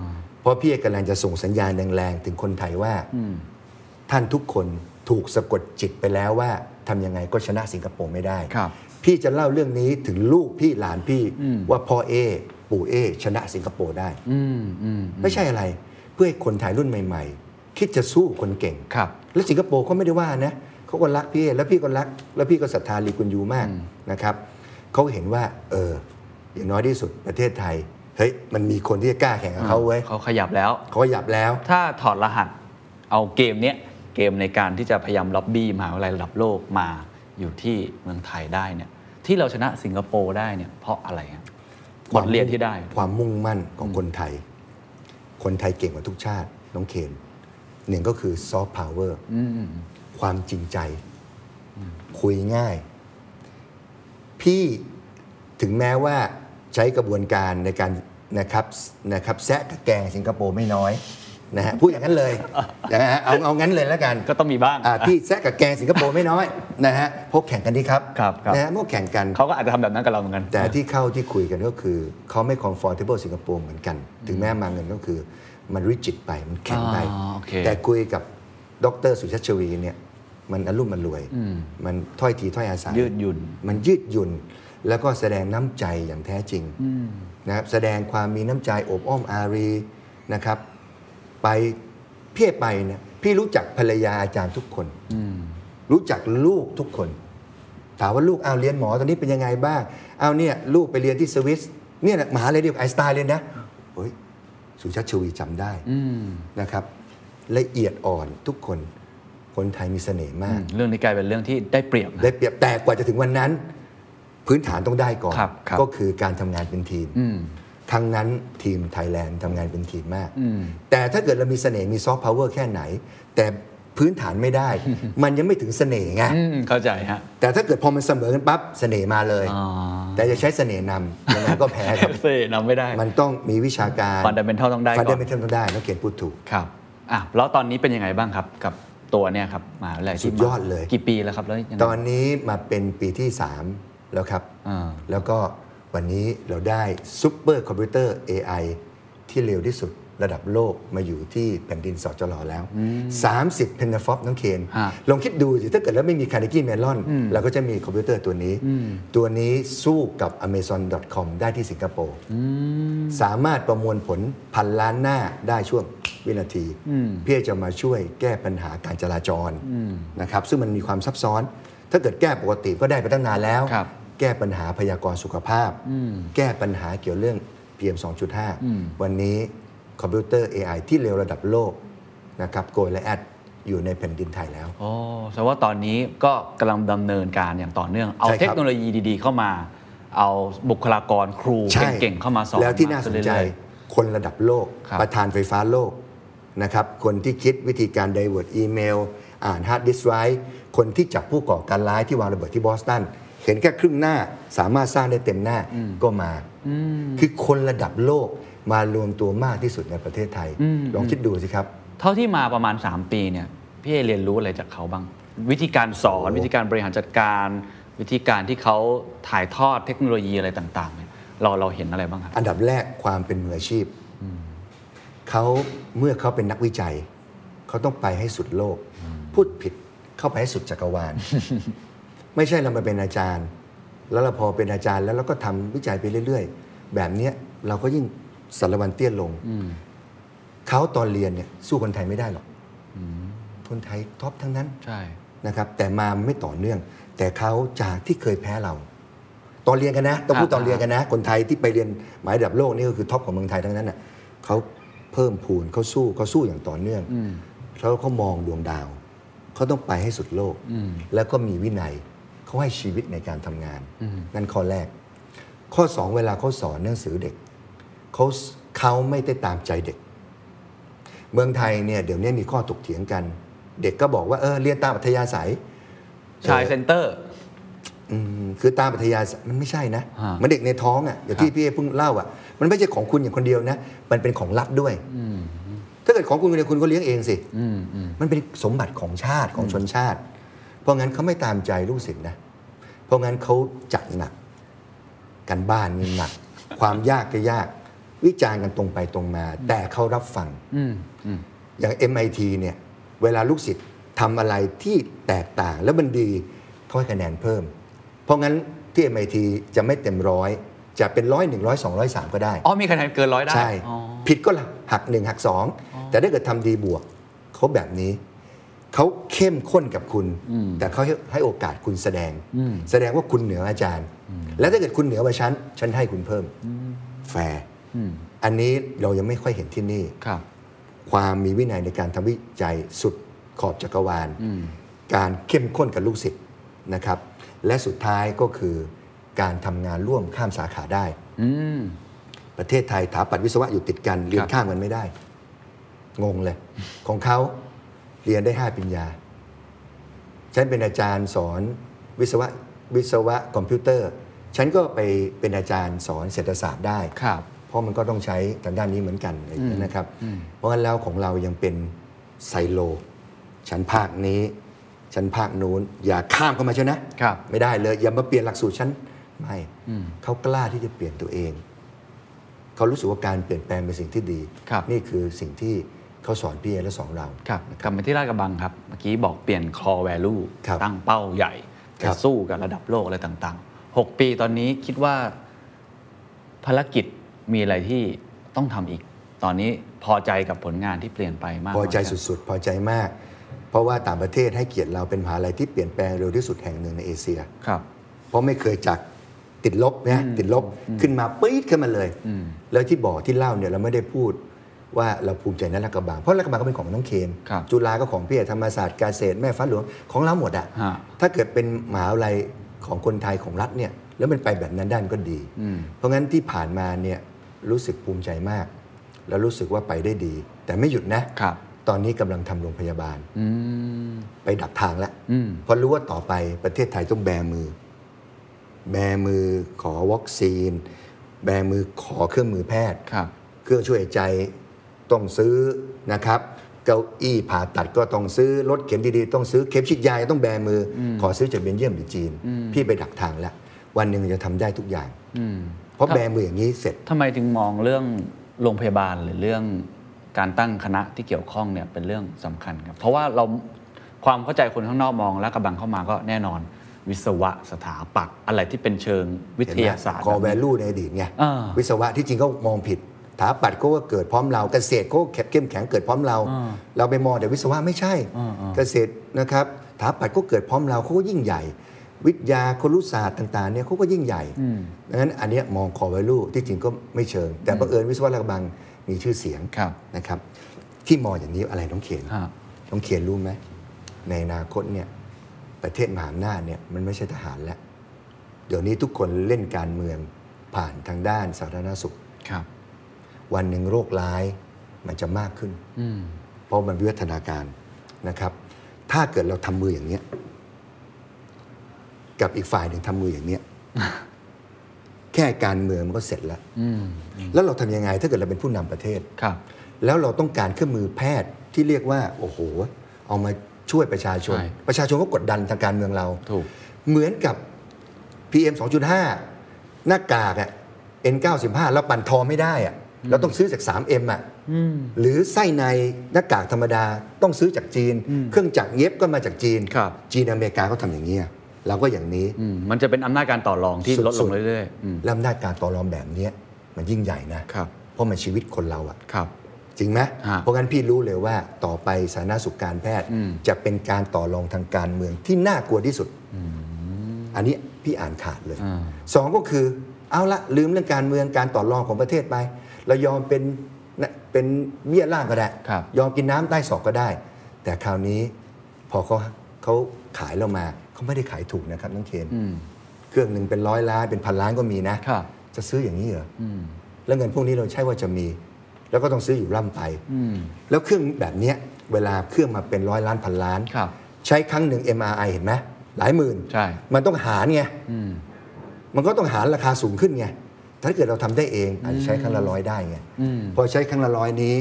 Speaker 4: า
Speaker 5: เพราะพี่เอกกำลังจะส่งสัญญาณแรงๆ ถึงคนไทยว่า
Speaker 4: อืม
Speaker 5: ท่านทุกคนถูกสะกดจิตไปแล้วว่าทำยังไงก็ชนะสิงคโปร์ไม่ได้
Speaker 4: ครับ
Speaker 5: พี่จะเล่าเรื่องนี้ถึงลูกพี่หลานพี่
Speaker 4: อืม
Speaker 5: ว่าพ่อเอปู่เอชนะสิงคโปร์ได้
Speaker 4: อืมอืม
Speaker 5: ไม่ใช่อะไรเพื่อให้คนไทยรุ่นใหม่ๆ คิดจะสู้คนเก่ง
Speaker 4: ครับ
Speaker 5: แล้วสิงคโปร์เขาไม่ได้ว่านะเขาก็รักพี่เอแล้วพี่ก็รัก แล้วพี่ก็ศรัทธาลีกุนยูมากนะครับเขาเห็นว่า เออ อย่างน้อยที่สุดประเทศไทย เฮ้ย มันมีคนที่จะกล้าแข่งกับเขาเว้ย
Speaker 4: เขาขยับแล้ว
Speaker 5: เขาหยับแล้ว
Speaker 4: ถ้าถอดรหัสเอาเกมเนี้ยเกมในการที่จะพยายามล็อบบี้มหาวิทยาลัยระดับโลกมาอยู่ที่เมืองไทยได้เนี่ยที่เราชนะสิงคโปร์ได้เนี่ยเพราะอะไรครับบทเรียนที่ได้
Speaker 5: ความมุ่งมั่นของคนไทย คนไทยเก่งกว่าทุกชาติ น้องเคนหนึ่งก็คือซอฟต์พาวเวอร์
Speaker 4: อืม
Speaker 5: ความจริงใจ คุยง่าย พี่ถึงแม้ว่าใช้กระบวนการในการนะครับนะครับแซะกระแกงสิงคโปร์ไม่น้อยนะฮะพูดอย่างนั้นเลยนะฮะเอาเอางั้นเลยแล้วกัน
Speaker 4: ก็ต้องมีบ้าง
Speaker 5: อ่พี่แซะกับแกงสิงคโปร์ไม่น้อยนะฮะพวกแข่งกันดีครับ
Speaker 4: ครับครับ
Speaker 5: นะฮะพวกแข่งกัน
Speaker 4: เขาก็อาจจะทำแบบนั้นกับเราเหมือนกัน
Speaker 5: แต่ที่เข้าที่คุยกันก็คือ เขาไม่ comfortable สิงคโปร์เหมือนกัน ถึงแม้มาเงินก็คือมันริจิตไปมันแข็งไป
Speaker 4: อ๋อโอเค
Speaker 5: แต่คุยกับดรสุชาติชวีเนี่ยมันอารมณ์มันรวย
Speaker 4: อืม
Speaker 5: มันถ้อยทีถ้อยอาศัย
Speaker 4: ยืดหยุ่น
Speaker 5: มันยืดหยุ่น แล้วก็แสดงน้ำใจอย่างแท้จริงนะครับแสดงความมีน้ำใจโอบอ้อมอารีนะครับ ไปเพี่ไปเนี่ยพี่รู้จักภรรยาอาจารย์ทุกคน
Speaker 4: อืม
Speaker 5: รู้จักลูกทุกคน ถามว่าลูกเอาวเรียนหมอตอนนี้เป็นยังไงบ้างเอาวเนี่ยลูกไปเรียนที่สวิสเนี่ยนะมหาลัยเดียวกับไอน์สไตล์เลยนะ เฮ้ยสุชาติชวีจำได้
Speaker 4: อืม
Speaker 5: นะครับละเอียดอ่อนทุกคนคนไทยมีเสน่ห์มาก
Speaker 4: เรื่องนี้กลายเป็นเรื่องที่ได้เปรียบนะ
Speaker 5: ได้เปรียบแต่กว่าจะถึงวันนั้น พื้นฐานต้องได้ก่อน
Speaker 4: ครับครับ
Speaker 5: ก็คือการทำงานเป็นทีม
Speaker 4: อืม
Speaker 5: ครั้งนั้นทีมไทยแลนด์ทำงานเป็นทีมมาก
Speaker 4: อืม
Speaker 5: แต่ถ้าเกิดเรามีเสน่ห์มีซอฟต์พาวเวอร์แค่ไหน แต่พื้นฐานไม่
Speaker 4: *laughs*
Speaker 5: ได้ มันยังไม่ถึงเสน่ห์ไง
Speaker 4: อืมเข้าใจฮะ
Speaker 5: แต่ถ้าเกิดพอมันเสมอกันปั๊บเสน่ห์มาเลย
Speaker 4: อ๋อ
Speaker 5: แต่จะใช้เสน่ห์นำยังไงก็แพ้
Speaker 4: *laughs*
Speaker 5: ครับ
Speaker 4: เซ่นำไม่ได้
Speaker 5: มันต้องมีวิชาการ
Speaker 4: ฟันดัมเบลต้องได้
Speaker 5: ฟัน
Speaker 4: ก่
Speaker 5: ดั
Speaker 4: อน
Speaker 5: มเบลต้องได้นักเขียนพูดถูก
Speaker 4: ครับอ่ะแล้วตอนนี้เป็นยังไงบ้างครับ กับตัวเนี่ยครับมหาวิทยาลัยที่
Speaker 5: สุดยอดเลย
Speaker 4: กี่ปีแล้วครับแล้วยังไง
Speaker 5: ตอนนี้มาเป็นปีที่ 3 แล้วครับ
Speaker 4: อ่า
Speaker 5: แล้วก็วันนี้เราได้ซูเปอร์คอมพิวเตอร์ AI ที่เร็วที่สุดระดับโลกมาอยู่ที่แผ่นดินสอจลอแล้ว 30 เพนนาฟอปน้องเคน
Speaker 4: ฮะ
Speaker 5: ลองคิดดูสิถ้าเกิดแล้วไม่มีคาร์ e นกี้เมลอนเราก็จะมีคอมพิวเตอร์ตัวนี้ ตัวนี้สู้กับ Amazon.com ได้ที่สิงคโปร์สามารถประมวลผลพันล้านหน้าได้ช่วงวินาที เพื่อจะมาช่วยแก้ปัญหาการจราจรนะครับซึ่งมันมีความซับซ้อน ถ้าเกิดแก้ปกติก็ได้ไปตั้งนานแล้ว
Speaker 4: ครับ
Speaker 5: แก้ปัญหาพยากรณ์สุขภาพ แก้ปัญหาเกี่ยวเรื่อง PM 2.5 วันนี้คอมพิวเตอร์ AI ที่เร็วระดับโลกนะครับโกลและแอดอยู่ในแผ่นดินไทยแล้ว
Speaker 4: โอ้แสดงว่าตอนนี้ก็กำลังดำเนินการอย่างต่อเนื่อง เอา
Speaker 5: ใช่ครับ
Speaker 4: เทคโนโลยีดีๆ เข้ามา เอาบุคลากรครูเก่งๆเข้ามาสอน
Speaker 5: แล้วที่น่าสนใจ
Speaker 4: มกขึ้เรื่อย
Speaker 5: คนระดับโลก
Speaker 4: ครับ
Speaker 5: ประธานไฟฟ้าโลกนะครับคนที่คิดวิธีการ d i เว r t ์ e อีเมล อ่านฮาร์ดดิสไ i ร์คนที่จับผู้ก่อการร้ายที่วางระเบิดที่บอสตัน เห็นแค่ครึ่งหน้าสามารถสร้างได้เต็มหน้าก็มา คือคนระดับโลกมารวมตัวมากที่สุดในประเทศไทย ลองคิดดูสิครับ
Speaker 4: ๆเท่าที่มาประมาณ 3 ปีเนี่ยพี่เอเรียนรู้อะไรจากเขาบ้าง วิธีการสอน
Speaker 5: โอ้
Speaker 4: วิธีการบริหารจัดการ วิธีการที่เขาถ่ายทอดเทคโนโลยีอะไรต่างๆเนี่ยเราเราเห็นอะไรบ้างครับ
Speaker 5: อันดับแรกความเป็นมืออาชีพ เขาเมื่อเขาเป็นนักวิจัย เขาต้องไปให้สุดโลก พูดผิดเข้าไปให้สุดจักรวา *laughs* ล ไม่ใช่เรามาเป็นอาจารย์ แล้วเราพอเป็นอาจารย์แล้วเราก็ทำวิจัยไปเรื่อย ๆ แบบเนี้ยเราก็ยิ่งสารวันเตี้ยลง เขาตอนเรียนเนี่ยสู้คนไทยไม่ได้หรอกคนไทยท็อปทั้งนั้น
Speaker 4: ใช่
Speaker 5: นะครับแต่มาไม่ต่อเนื่อง แต่เขาจากที่เคยแพ้เรา ตอนเรียนกันนะต้องพูดตอนเรียนกันนะ คนไทยที่ไปเรียนหมายระดับโลกนี่ก็คือท็อปของเมืองไทยทั้งนั้นน่ะเขาเพิ่มพูนเขาสู้เขาสู้อย่างต่อเนื่องแล้วเขามองดวงดาว เขาต้องไปให้สุดโลก แล้วก็มีวินัยเขาให้ชีวิตในการทำงานนั่นข้อแรก ข้อสองเวลาเขาสอนหนังสือเด็กเขาเขาไม่ได้ตามใจเด็ก เมืองไทยเนี่ยเดี๋ยวนี้มีข้อถกเถียงกัน เด็กก็บอกว่าเออเรียนตามอัธยาศัย
Speaker 4: ชายเซนเตอร์
Speaker 5: อืมคือตามปัทยามันไม่ใช่นะ
Speaker 4: ฮะ
Speaker 5: มันเด็กในท้องอะ่ะอย่างที่พี่เอเพิ่งเล่าอะ่ะ มันไม่ใช่ของคุณอย่างคนเดียวนะ มันเป็นของรัฐด้วย ถ้าเกิดของคุณคนเดียวคุณก็เลี้ยงเองสิ มันเป็นสมบัติของชาติของชนชาติ เพราะงั้นเขาไม่ตามใจลูกศิษย์นะ เพราะงั้นเขาจัดหนัก การบ้านนี่หนัก ความยากก็ยาก วิจารณ์กันตรงไปตรงมา แต่เขารับฟัง อย่าง MIT เนี่ยเวลาลูกศิษย์ทำอะไรที่แตกต่างแล้วมันดีเขาให้คะแนนเพิ่ม เพราะงั้นที่ MIT จะไม่เต็มร้อยจะเป็นร้อยหนึ่งร้อยสองร้อยสามก็ได้
Speaker 4: อ๋อมีคะแนนเกินร้อยได้
Speaker 5: ใช่
Speaker 4: อ๋อ
Speaker 5: ผิดก็หักหนึ่งหักสองแต่ถ้าเกิดทำดีบวกเขาแบบนี้ เขาเข้มข้นกับคุณ แต่เขาให้ให้โอกาสคุณแสดง แสดงว่าคุณเหนืออาจารย์ และถ้าเกิดคุณเหนือกว่าฉันฉันให้คุณเพิ่มแฟร์อันนี้เรายังไม่ค่อยเห็นที่นี่
Speaker 4: ครับ
Speaker 5: ความมีวินัยในการทำวิจัยสุดขอบจักรวาล การเข้มข้นกับลูกศิษย์นะครับ และสุดท้ายก็คือการทำงานร่วมข้ามสาขาได้
Speaker 4: อืม
Speaker 5: ประเทศไทยถาปัดวิศวะอยู่ติดกัน เรียนข้ามกันไม่ได้ งงเลย ของเขาเรียนได้ห้าปริญญา ฉันเป็นอาจารย์สอนวิศวะวิศวะคอมพิวเตอร์ ฉันก็ไปเป็นอาจารย์สอนเศรษฐศาสตร์ได้
Speaker 4: ครับ
Speaker 5: เพราะมันก็ต้องใช้ทางด้านนี้เหมือนกันอะไรอย่างเงี้ยนะครับ เพราะงั้นแล้วของเรายังเป็นไซโล ฉันภาคนี้ ฉันภาคนู้น อย่าข้ามเข้ามาเชียวนะ
Speaker 4: ครับ
Speaker 5: ไม่ได้เลย อย่ามาเปลี่ยนหลักสูตรฉันไม่เขากล้าที่จะเปลี่ยนตัวเอง เขารู้สึกว่าการเปลี่ยนแปลงเป็นสิ่งที่ดี
Speaker 4: ครับ
Speaker 5: นี่คือสิ่งที่เขาสอนพี่เอและสอนเรา
Speaker 4: ครับกลับมาที่ราชกระบังครับ เมื่อกี้บอกเปลี่ยน core value
Speaker 5: ครับ
Speaker 4: ตั้งเป้าใหญ่
Speaker 5: ครั
Speaker 4: จะ
Speaker 5: บ
Speaker 4: สู้กับระดับโลกอะไรต่างๆ 6 ปีตอนนี้คิดว่า ภารกิจมีอะไรที่ต้องทำอีก ตอนนี้พอใจกับผลงานที่เปลี่ยนไปมาก
Speaker 5: พอใจ
Speaker 4: น้ยแค่
Speaker 5: สุดๆ พอใจมาก เพราะว่าต่างประเทศให้เกียรติเราเป็นมหาลัยที่เปลี่ยนแปลงเร็วที่สุดแห่งหนึ่งในเอเชีย
Speaker 4: ครับ
Speaker 5: เพราะไม่เคยจาก ติดลบนะติดลบขึ้นมาปี๊ดขึ้นมาเลย แล้วที่บอกที่เล่าเนี่ยเราไม่ได้พูดว่าเราภูมิใจในรัฐกระบังเพราะรัฐกระบังก็เป็นของน้องเคน
Speaker 4: ครับ
Speaker 5: จุฬาก็ของพี่เอกธรรมศาสตร์การเกษตรแม่ฟ้าหลวงของเราหมดอะ
Speaker 4: ฮะ
Speaker 5: ถ้าเกิดเป็นมหาวิทยาลัยของคนไทยของรัฐเนี่ยแล้วมันไปแบบนั้นได้มันก็ดี เพราะงั้นที่ผ่านมาเนี่ยรู้สึกภูมิใจมาก แล้วรู้สึกว่าไปได้ดี แต่ไม่หยุดนะ
Speaker 4: ครับ
Speaker 5: ตอนนี้กำลังทำโรงพยาบาล
Speaker 4: อืม
Speaker 5: ไปดักทางแล้ว
Speaker 4: อืม
Speaker 5: เพราะรู้ว่าต่อไปประเทศไทยต้องแบมือ แบมือขอวัคซีน แบมือขอเครื่องมือแพทย์
Speaker 4: ครับ
Speaker 5: เครื่องช่วยหายใจต้องซื้อนะครับ เก้าอี้ผ่าตัดก็ต้องซื้อรถเข็นดีๆ ต้องซื้อเข็มฉีดยาต้องแบมืออขอซื้อจากเบนเยียมหรือจีน พี่ไปดักทางแล้ว วันหนึ่งจะทำได้ทุกอย่าง
Speaker 4: อืม
Speaker 5: เพราะแบมืออย่างนี้เสร็จ
Speaker 4: ทำไมถึงมองเรื่องโรงพยาบาลหรือเรื่องการตั้งคณะที่เกี่ยวข้องเนี่ยเป็นเรื่องสำคัญครับ เพราะว่าเราความเข้าใจคนข้างนอกมองและกระบังเข้ามาก็แน่นอน วิศวะสถาปัตย์อะไรที่เป็นเชิงวิทยาศาสตร์
Speaker 5: คอแวลูในอดีตไง
Speaker 4: อ่า
Speaker 5: วิศวะที่จริงก็มองผิดสถาปัตย์ก็ว่าเกิดพร้อมเราเกษตรก็เข้มแข็งเกิดพร้อมเรา
Speaker 4: อ่า
Speaker 5: เราไปมองแต่วิศวะไม่ใช่
Speaker 4: อ่าอ่า
Speaker 5: เกษตรนะครับสถาปัตย์ก็เกิดพร้อมเราเขาก็ยิ่งใหญ่ วิทยาครุศาสตร์ต่างๆเนี่ยเขาก็ยิ่งใหญ่ดังนั้นอันเนี้ยมองคอแวลูที่จริงก็ไม่เชิง แต่บังเอิญวิศวะระบังมีชื่อเสียง
Speaker 4: ครับ
Speaker 5: นะครับที่มองอย่างนี้อะไรน้องเขียน
Speaker 4: ฮะ
Speaker 5: น้องเขียนรู้ไหมในอนาคตเนี่ยประเทศมหาอำนาจเนี่ยมันไม่ใช่ทหารแล้ว เดี๋ยวนี้ทุกคนเล่นการเมืองผ่านทางด้านสาธารณสุข
Speaker 4: ครับ
Speaker 5: วันหนึ่งโรคร้ายมันจะมากขึ้น
Speaker 4: อืม
Speaker 5: เพราะมันวิวัฒนาการนะครับ ถ้าเกิดเราทำมืออย่างเนี้ยกับอีกฝ่ายหนึ่งทำมืออย่างเนี้ย แค่การเมืองมันก็เสร็จแล้ว
Speaker 4: อืม
Speaker 5: แล้วเราทำยังไงถ้าเกิดเราเป็นผู้นำประเทศ
Speaker 4: ครับ
Speaker 5: แล้วเราต้องการเครื่องมือแพทย์ที่เรียกว่า โอ้โห เอามาช่วยประชาชน
Speaker 4: ใช่
Speaker 5: ประชาชนก็กดดันทางการเมืองเรา
Speaker 4: ถูก
Speaker 5: เหมือนกับ PM 2.5 หน้ากากอะ N95 เราปั่นทอไม่ได้อะเราต้องซื้อจาก 3M อะหรือไส้ในหน้ากากธรรมดาต้องซื้อจากจีน เครื่องจักรเย็บก็มาจากจีน
Speaker 4: ครับ
Speaker 5: จีนอเมริกาก็ทำอย่างนี้ยเราก็อย่างนี้
Speaker 4: อืมมันจะเป็นอำนาจการต่อรองที่
Speaker 5: สุดๆ
Speaker 4: ลดลงเรื่อยๆอืม
Speaker 5: แล้วอำนาจการต่อรองแบบเนี้ยมันยิ่งใหญ่นะครับ เพราะมันชีวิตคนเราอะ
Speaker 4: ครับ
Speaker 5: จริงไหม
Speaker 4: ฮะ
Speaker 5: เพราะงั้นพี่รู้เลยว่าต่อไปสาธารณสุขการแพทย์
Speaker 4: อืม
Speaker 5: จะเป็นการต่อรองทางการเมืองที่น่ากลัวที่สุด อันนี้พี่อ่านขาดเลย
Speaker 4: อ่า
Speaker 5: สองก็คือเอาละลืมเรื่องการเมืองการต่อรองของประเทศไป เรายอมเป็นนะเป็นเบี้ยล่างก็ได้
Speaker 4: ครับ
Speaker 5: ยอมกินน้ำใต้ศอกก็ได้ แต่คราวนี้พอเขาเขาขายเรามาเขาไม่ได้ขายถูกนะครับน้องเคน
Speaker 4: อืม
Speaker 5: เครื่องหนึ่งเป็นร้อยล้านเป็นพันล้านก็มีนะครับ จะซื้ออย่างนี้เหรอ
Speaker 4: อืม
Speaker 5: แล้วเงินพวกนี้เราใช่ว่าจะมี แล้วก็ต้องซื้ออยู่ร่ำไป
Speaker 4: อืม
Speaker 5: แล้วเครื่องแบบเนี้ยเวลาเครื่องมาเป็นร้อยล้านพันล้าน
Speaker 4: ครับ
Speaker 5: ใช้ครั้งหนึ่ง MRI เห็นไหมหลายหมื่น
Speaker 4: ใช่
Speaker 5: มันต้องหารไง
Speaker 4: อืม
Speaker 5: มันก็ต้องหารราคาสูงขึ้นไง ถ้าเกิดเราทำได้เองอาจจะใช้ครั้งละร้อยได้ไง
Speaker 4: อืม
Speaker 5: พอใช้ครั้งละร้อยนี้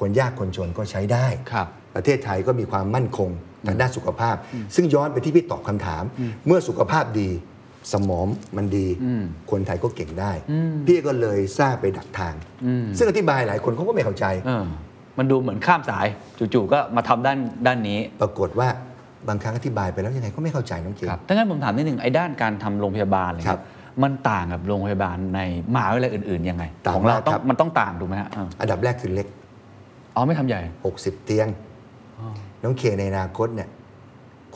Speaker 5: คนยากคนจนก็ใช้ได้
Speaker 4: ครับ
Speaker 5: ประเทศไทยก็มีความมั่นคงทางด้านสุขภาพ ซึ่งย้อนไปที่พี่ตอบคำถาม เมื่อสุขภาพดี สมองมันดี
Speaker 4: อืม
Speaker 5: คนไทยก็เก่งได้
Speaker 4: อืม
Speaker 5: พี่ก็เลยสร้างไปดักทาง
Speaker 4: อืม
Speaker 5: ซึ่งอธิบายหลายคนเขาก็ไม่เข้าใจ
Speaker 4: เออมันดูเหมือนข้ามสาย จู่ๆก็มาทำด้านด้านนี้
Speaker 5: ปรากฏว่าบางครั้งอธิบายไปแล้วยังไงก็ไม่เข้าใจน้องเก๋
Speaker 4: ครับถ้างั้นผมถามนิดหนึ่งไอ้ด้านการทำโรงพยาบาลเลย
Speaker 5: ครับ
Speaker 4: มันต่างกับโรงพยาบาลในมหาวิทยาลัยอื่นๆยังไง
Speaker 5: ต่าง
Speaker 4: ของเราต้อ
Speaker 5: มากครั
Speaker 4: ง
Speaker 5: บ
Speaker 4: มันต้องต่างถูกไหมฮะเออ
Speaker 5: อันดับแรกคือเล็ก
Speaker 4: อ๋อไม่ทำใหญ่
Speaker 5: 60 เตียง น้องเคในอนาคตเนี่ย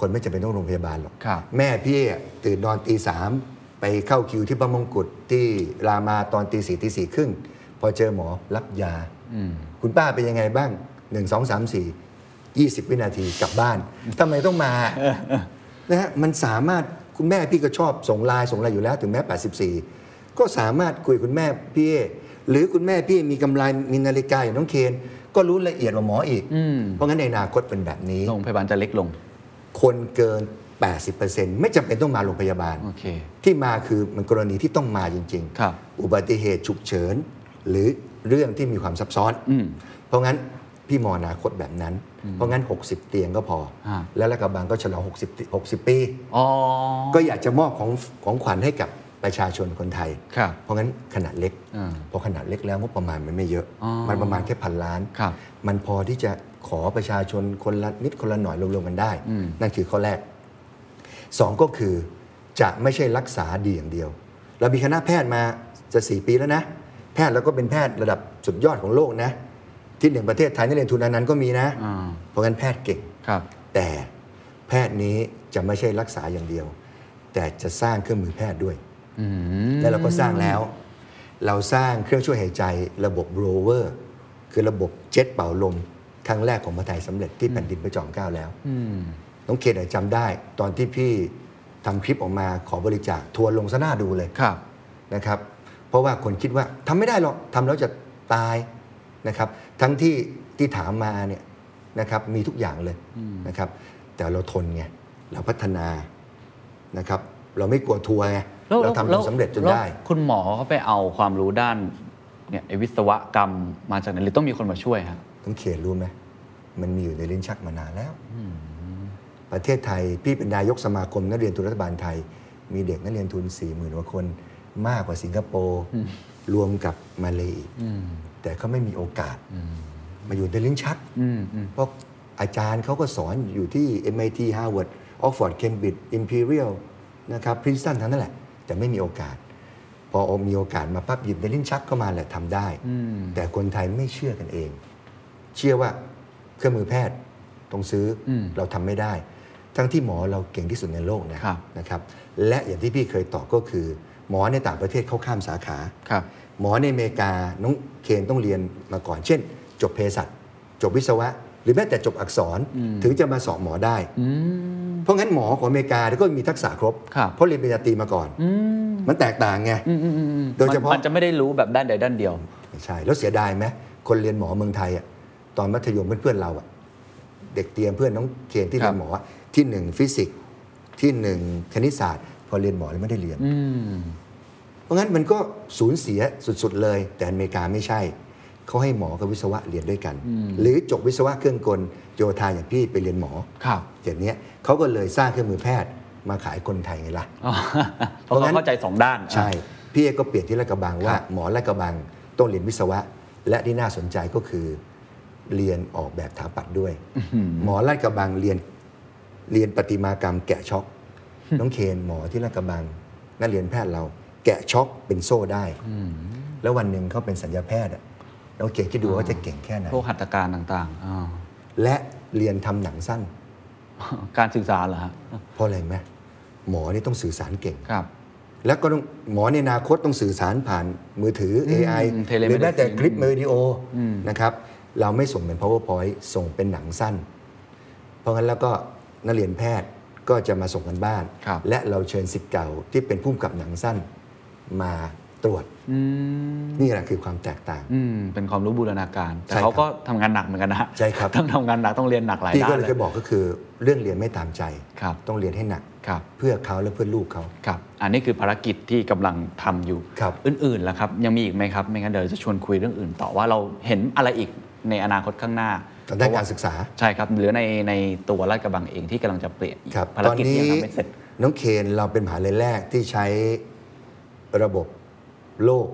Speaker 5: คนไม่จำเป็นต้องโรงพยาบาลหรอก
Speaker 4: ครับ
Speaker 5: แม่พี่อะตื่นนอนตีสามไปเข้าคิวที่พระมงกุฎที่รามาตอนตีสี่ตีสี่ครึ่ง พอเจอหมอรับยา
Speaker 4: อืม
Speaker 5: คุณป้าเป็นยังไงบ้างหนึ่งสองสามสี่ยี่สิบวินาทีกลับบ้านทำไมต้องมานะฮะมันสามารถคุณแม่พี่ก็ชอบส่งไลน์ส่งอะไรอยู่แล้ว ถึงแม้ 84 ก็สามารถคุยกับคุณแม่พี่เอหรือคุณแม่พี่มีกำไรมีนาฬิกาอย่างน้องเคน ก็รู้ละเอียดกว่าหมออีก
Speaker 4: อืม
Speaker 5: เพราะงั้นในอนาคตเป็นแบบนี้
Speaker 4: โรงพยาบาลจะเล็กลง
Speaker 5: คนเกิน 80%ไม่จำเป็นต้องมาโรงพยาบาล
Speaker 4: โอเค
Speaker 5: ที่มาคือมันกรณีที่ต้องมาจริงๆ
Speaker 4: ครับ
Speaker 5: อุบัติเหตุฉุกเฉิน หรือเรื่องที่มีความซับซ้อน
Speaker 4: อืม
Speaker 5: เพราะงั้นพี่มองอนาคตแบบนั้น เพราะงั้น 60 เตียงก็พอ
Speaker 4: ฮะ
Speaker 5: แล้วรัฐกระบังก็ฉลอง 60 60 ปี
Speaker 4: อ๋อ
Speaker 5: ก็อยากจะมอบของของขวัญให้กับประชาชนคนไทย
Speaker 4: ครับ
Speaker 5: เพราะงั้นขนาดเล็ก
Speaker 4: อ่า
Speaker 5: พอขนาดเล็กแล้วงบประมาณมันไม่เยอะ
Speaker 4: อ๋อ
Speaker 5: มันประมาณแค่พันล้าน
Speaker 4: ครับ
Speaker 5: มันพอที่จะขอประชาชนคนละนิดคนละหน่อยรวมๆกันได้
Speaker 4: อืม
Speaker 5: นั่นคือข้อแรกสองก็คือจะไม่ใช่รักษาดีอย่างเดียว เรามีคณะแพทย์มาจะสี่ปีแล้วนะ แพทย์เราก็เป็นแพทย์ระดับสุดยอดของโลกนะ ที่หนึ่งประเทศไทยนี่เรียนทุนอันนั้นก็มีนะ
Speaker 4: อ่า
Speaker 5: เพราะงั้นแพทย์เก่ง
Speaker 4: ครับ
Speaker 5: แต่แพทย์นี้จะไม่ใช่รักษาอย่างเดียว แต่จะสร้างเครื่องมือแพทย์ด้วย และเราก็สร้างแล้ว เราสร้างเครื่องช่วยหายใจระบบโรเวอร์คือระบบเจ็ตเป่าลม ครั้งแรกของประเทศไทยสำเร็จที่แผ่นดินพระจอมเกล้าแล้ว น้องเคนอาจจำได้ ตอนที่พี่ทำคลิปออกมาขอบริจาคทัวร์ลงซะหน้าดูเลย
Speaker 3: ครับ
Speaker 5: นะครับ เพราะว่าคนคิดว่าทำไม่ได้หรอกทำแล้วจะตายนะครับ ทั้งที่ที่ถามมาเนี่ยนะครับมีทุกอย่างเลยนะครับ แต่เราทนไงเราพัฒนานะครับ เราไม่กลัวทัวร์ไง
Speaker 4: แล้ว
Speaker 5: เราทำจ
Speaker 4: แล้ว
Speaker 5: นสำเร็จจน
Speaker 4: แล้ว
Speaker 5: ได้
Speaker 4: คุณหมอเขาไปเอาความรู้ด้านเนี่ยไอ้วิศวกรรมมาจากไหนหรือต้องมีคนมาช่วยฮะ
Speaker 5: ต้องเขียนรู้ไหมมันมีอยู่ในลิ้นชักมานานแล้ว ประเทศไทยพี่เป็นนายกสมาคมนักเรียนทุนรัฐบาลไทย มีเด็กนักเรียนทุน 4 0,000กว่าคน มากกว่าสิงคโปร์รวมกับมาเลยอีกแต่เขาไม่มีโอกาส มาอยู่ในลิ้นชัก เพราะอาจารย์เขาก็สอนอยู่ที่ MIT Harvard Oxford Cambridge Imperial นะครับ Princeton ทั้งนั้นแหละ แต่ไม่มีโอกาส พอมีโอกาสมาปั๊บหยิบในลิ้นชักเข้ามาแหละทำได้ แต่คนไทยไม่เชื่อกันเอง เชื่อว่าเครื่องมือแพทย์ต้องซื้ออเราทำไม่ได้ ทั้งที่หมอเราเก่งที่สุดในโลกนะครับ นะครับ และอย่างที่พี่เคยตอบก็คือ หมอในต่างประเทศเขาข้ามสาขา
Speaker 4: ครับ
Speaker 5: หมอในอเมริกา น้องเคนต้องเรียนมาก่อน เช่น จบเภสัชจบวิศวะ หรือแม้แต่จบอักษรถึงจะมาสอบหมอได้ เพราะงั้นหมอของอเมริกาก็มีทักษะครบ
Speaker 4: ครับ
Speaker 5: เพราะเรียนปริญญาตรีมาก่อน มันแตกต่างไง โดยเฉพาะ
Speaker 4: มันจะไม่ได้รู้แบบด้านใดด้านเดียว
Speaker 5: ไม่ใช่ แล้วเสียดายไหมคนเรียนหมอเมืองไทยอ่ะตอนมัธยมเพื่อนๆเราอ่ะเด็กเตรียมเพื่อนน้องเคนที่
Speaker 4: ครั
Speaker 5: เรี
Speaker 4: บ
Speaker 5: ยนหมออะที่หนึ่งฟิสิกส์ที่หนึ่งคณิตศาสตร์ พอเรียนหมอแล้วไม่ได้เรียน เพราะงั้นมันก็สูญเสียสุดๆเลย แต่อเมริกาไม่ใช่ เขาให้หมอกับวิศวะเรียนด้วยกัน หรือจบวิศวะเครื่องกลโยธาอย่างพี่ไปเรียนหมอ
Speaker 4: ครับ
Speaker 5: อย่างเนี้ยเขาก็เลยสร้างเครื่องมือแพทย์มาขายคนไทยไงล่ะ
Speaker 4: เพราะ
Speaker 5: เพราะงั้
Speaker 4: เขา
Speaker 5: น
Speaker 4: เข้าใจสองด้าน
Speaker 5: ใช่ พี่เอกก็เปลี่ยนที่ลาดกระบังว่าหมอลาดกระบังต้องเรียนวิศวะ และที่น่าสนใจก็คือ เรียนออกแบบถาปัดด้วย หมอลาดกระบังเรียนเรียนประติมากรรม แกะช็อก น้องเคนหมอที่ลาดกระบังนักเรียนแพทย์เรา แกะช็อกเป็นโซ่ได้ แล้ววันหนึ่งเขาเป็นสัญญาแพทย์อะน้องเคนคิดดูว่าจะเก่งแค่ไหน
Speaker 4: พวกหัตถการต่างๆอ่า
Speaker 5: และเรียนทำหนังสั้น
Speaker 4: การสื่อสารเหรอฮะ
Speaker 5: เพราะอะไรไหมหมอนี่ต้องสื่อสารเก่ง
Speaker 4: ครับ
Speaker 5: แล้วก็ต้องหมอในอนาคตต้องสื่อสารผ่านมือถือ AI
Speaker 4: อืม
Speaker 5: หรือแม้แต่
Speaker 4: telemedicine
Speaker 5: คลิปวิดีโออนะครับ เราไม่ส่งเป็น powerpoint ส่งเป็นหนังสั้น เพราะงั้นแล้วก็นักเรียนแพทย์ก็จะมาส่งกันบ้าน
Speaker 4: ครับ
Speaker 5: และเราเชิญสิทธิ์เก่าที่เป็นผู้กำกับหนังสั้นมาตรวจ
Speaker 4: อืม
Speaker 5: นี่แหละคือความแตกต่าง
Speaker 4: อืมเป็นความรู้บูรณาการ แต่
Speaker 5: ใช่ครับ
Speaker 4: เขาก็ทำงานหนักเหมือนกันนะฮะ
Speaker 5: ใช่ครับ
Speaker 4: ต้องทำงานหนักต้องเรียนหนักหลาย
Speaker 5: ที่
Speaker 4: ด้า
Speaker 5: ก็
Speaker 4: น
Speaker 5: เลย
Speaker 4: เล
Speaker 5: เค
Speaker 4: ย
Speaker 5: ยบอกก็คือเรื่องเรียนไม่ตามใจ
Speaker 4: ครับ
Speaker 5: ต้องเรียนให้หนัก
Speaker 4: ครับ
Speaker 5: เพื่อเขาและเพื่อลูกเขา
Speaker 4: ครับ อันนี้คือภารกิจที่กำลังทำอยู่
Speaker 5: ครับ
Speaker 4: อื่นๆล่ะครับ ยังมีอีกไหมครับ ไม่งั้นเดี๋ยวจะชวนคุยเรื่องอื่น ต่อว่าเราเห็นอะไรอีกในอนาคตข้างหน้า
Speaker 5: ทางด้านการศึกษา
Speaker 4: ใช่ครับหรือในในตัวลาดกระบังเองที่กำลังจะเปลี่ยนอีก
Speaker 5: ครับ
Speaker 4: ภาร
Speaker 5: ตอน
Speaker 4: กิจที่
Speaker 5: นี้
Speaker 4: ยังทำไม่เสร็จ
Speaker 5: น้องเคนเราเป็นมหาลัยแรกที่ใช้ระบบโลก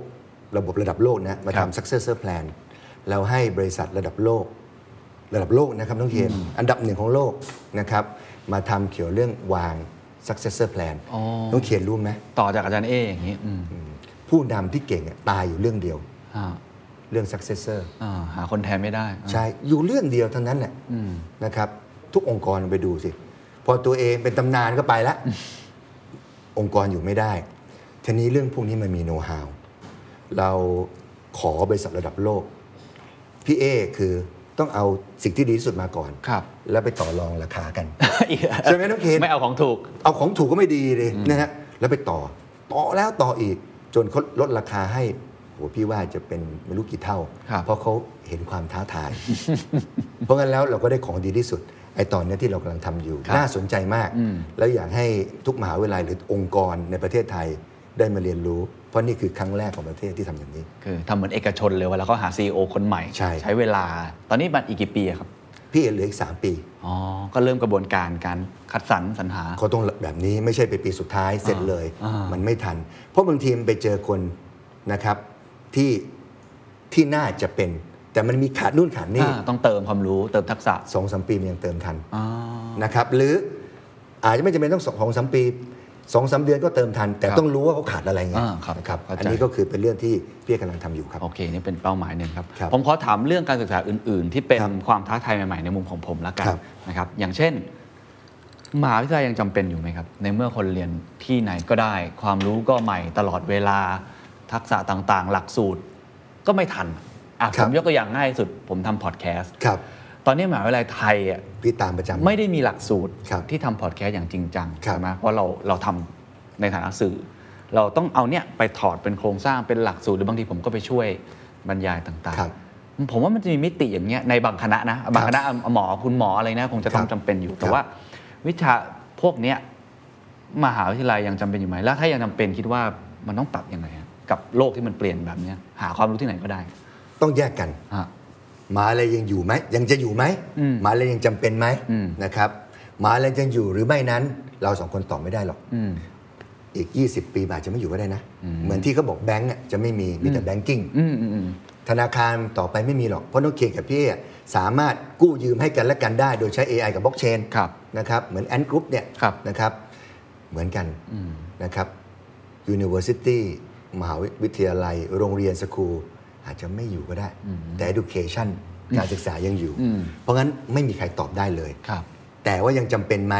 Speaker 5: ระบบระดับโลกนะมา
Speaker 4: ครับ
Speaker 5: ทำ successor plan เราให้บริษัทระดับโลก ระดับโลกนะครับน้องเคนอันดับหนึ่งของโลกนะครับมาทำเกี่ยวเรื่องวาง successor plan น้องเคนรู้ไหม
Speaker 4: ต่อจากอาจารย์เออย่างนี้อืม
Speaker 5: ผู้นำที่เก่งอะตายอยู่เรื่องเดียว
Speaker 4: อ่า
Speaker 5: เรื่อง successor
Speaker 4: อ่าหาคนแทนไม่ได้
Speaker 5: ใช่ อยู่เรื่องเดียวเท่านั้นแหละนะครับ ทุกองค์กรไปดูสิ พอตัวเองเป็นตำนานก็ไป
Speaker 4: *laughs*
Speaker 5: ละ องค์กรอยู่ไม่ได้ ทีนี้เรื่องพวกนี้มันมีโน้ตฮาว เราขอบริษัทระดับโลก พี่เอคือต้องเอาสิ่งที่ดีที่สุดมาก่อน
Speaker 4: ครับ
Speaker 5: แล้วไปต่อรองราคากัน ใช่ไหมน้องเคน
Speaker 4: ไม่เอาของถูก
Speaker 5: เอาของถูกก็ไม่ดีเลยนะฮะ แล้วไปต่อ ต่อแล้วต่ออีก จนเขาลดราคาให้โหพี่ว่าจะเป็นไม่รู้กี่เท่า
Speaker 4: ครับ
Speaker 5: เพราะเขาเห็นความท้าทาย *laughs* เพราะงั้นแล้วเราก็ได้ของดีที่สุด ไอ้ตอนเนี้ยที่เรากำลังทำอยู่ น่าสนใจมาก แล้วอยากให้ทุกมหาวิทยาลัยหรือองค์กรในประเทศไทยได้มาเรียนรู้ เพราะนี่คือครั้งแรกของประเทศที่ทำอย่างนี้
Speaker 4: คือทำเหมือนเอกชนเลยเวลาเขาหา CEO คนใหม่
Speaker 5: ใช่
Speaker 4: ใช้เวลา ตอนนี้มันอีกกี่ปีอะครับ
Speaker 5: พี่เหลืออีกสามปี
Speaker 4: อ๋อ ก็เริ่มกระบวนการการคัดสรรสรรหา
Speaker 5: เขาต้องแบบนี้ไม่ใช่ไปปีสุดท้ายเสร็จเลย
Speaker 4: อ่ามั
Speaker 5: มันไม่ทัน เพราะบางทีมันไปเจอคนนะครับที่ที่น่าจะเป็น แต่มันมีขาดนู่นขาดนี่
Speaker 4: าต้องเติมความรู้เติมทักษะ
Speaker 5: สองสามปีมันยังเติมทัน
Speaker 4: อ๋อ
Speaker 5: นะครับหรืออาจจะไม่จำเป็นต้องสองสามปีสองสามเดือนก็เติมทัน แต่ต้องรู้ว่าเขาขาดอะไรไง
Speaker 4: อ่าครับ
Speaker 5: นะครับ
Speaker 4: เข้าใจ
Speaker 5: อันนี้ก็คือเป็นเรื่องที่พี่เอกกำลังทำอยู่ครับ
Speaker 4: โอเค นี่เป็นเป้าหมายหนึ่งครับ
Speaker 5: ครับ
Speaker 4: ผมขอถามเรื่องการศึกษาอื่น ๆ ที่เป็น
Speaker 5: ครับ
Speaker 4: ความท้าทายใหม่ ๆ ในมุมของผมละกัน
Speaker 5: ครับ
Speaker 4: นะครับ อย่างเช่น มหาวิทยาลัยยังจำเป็นอยู่ไหมครับ ในเมื่อคนเรียนที่ไหนก็ได้ ความรู้ก็ใหม่ตลอดเวลาทักษะต่างๆ หลักสูตรก็ไม่ทันอ่ะ
Speaker 5: ค
Speaker 4: ผ
Speaker 5: รับ
Speaker 4: มยกตัวอย่างง่ายสุด ผมทำพอดแคสต์
Speaker 5: ครับ
Speaker 4: ตอนนี้มหาวิทยาลัยไทยอ่ะ
Speaker 5: พี่ตามประจำ
Speaker 4: ไม่ได้มีหลักสูตร
Speaker 5: ครับ
Speaker 4: ที่ทำพอดแคสต์อย่างจริงจัง
Speaker 5: ครับ
Speaker 4: ใช่ไหมเพราะเราเราทำในฐานะสื่อ เราต้องเอาเนี่ยไปถอดเป็นโครงสร้างเป็นหลักสูตรหรือบางทีผมก็ไปช่วยบรรยายต่าง
Speaker 5: ครับ
Speaker 4: ๆ ผมว่ามันจะมีมิติอย่างเงี้ยในบางคณะนะบาง
Speaker 5: ครั
Speaker 4: ค
Speaker 5: บ
Speaker 4: ณะหมอคุณหมออะไรนะคงจะต้องจำเป็นอยู่แต่ว่า วิชาพวกเนี้ยมหาวิทยาลัยยังจำเป็นอยู่ไหม แล้วถ้ายังจำเป็นคิดว่ามันต้องปรับยังไงฮะกับโลกที่มันเปลี่ยนแบบเนี้ยหาความรู้ที่ไหนก็ได้
Speaker 5: ต้องแยกกัน
Speaker 4: ฮะ
Speaker 5: หมหาอะไรยังอยู่ไหมยังจะอยู่ไหม
Speaker 4: อืม
Speaker 5: หมหาอะไรยังจำเป็นไหม
Speaker 4: อืม
Speaker 5: นะครับหมหาอะไรยังอยู่หรือไม่นั้น เราสองคนตอบไม่ได้หรอก
Speaker 4: อืม
Speaker 5: อีก 20 ปีอาจจะไม่อยู่ก็ได้นะ
Speaker 4: อืม
Speaker 5: เหมือนที่เขาบอกแบงก์อะจะไม่มีมีแต่แบงกิ้ง
Speaker 4: อืมอืมอืม
Speaker 5: ธนาคารต่อไปไม่มีหรอก เพราะน้องเคนกับพี่เอะสามารถกู้ยืมให้กันและกันได้ โดยใช้ AI กับบล็อกเชน
Speaker 4: ครับ
Speaker 5: นะครับเหมือนแอนกรุ๊ปเนี่ย
Speaker 4: ครับ
Speaker 5: นะครับเหมือนกัน
Speaker 4: อืม
Speaker 5: นะครับ University มหาวิทยาลัย โรงเรียนสคูลอาจจะไม่อยู่ก็ได้
Speaker 4: อืม
Speaker 5: แต่ education การศึกษายังอยู่
Speaker 4: อืม
Speaker 5: เพราะงั้นไม่มีใครตอบได้เลย
Speaker 4: ครับ
Speaker 5: แต่ว่ายังจำเป็นไหม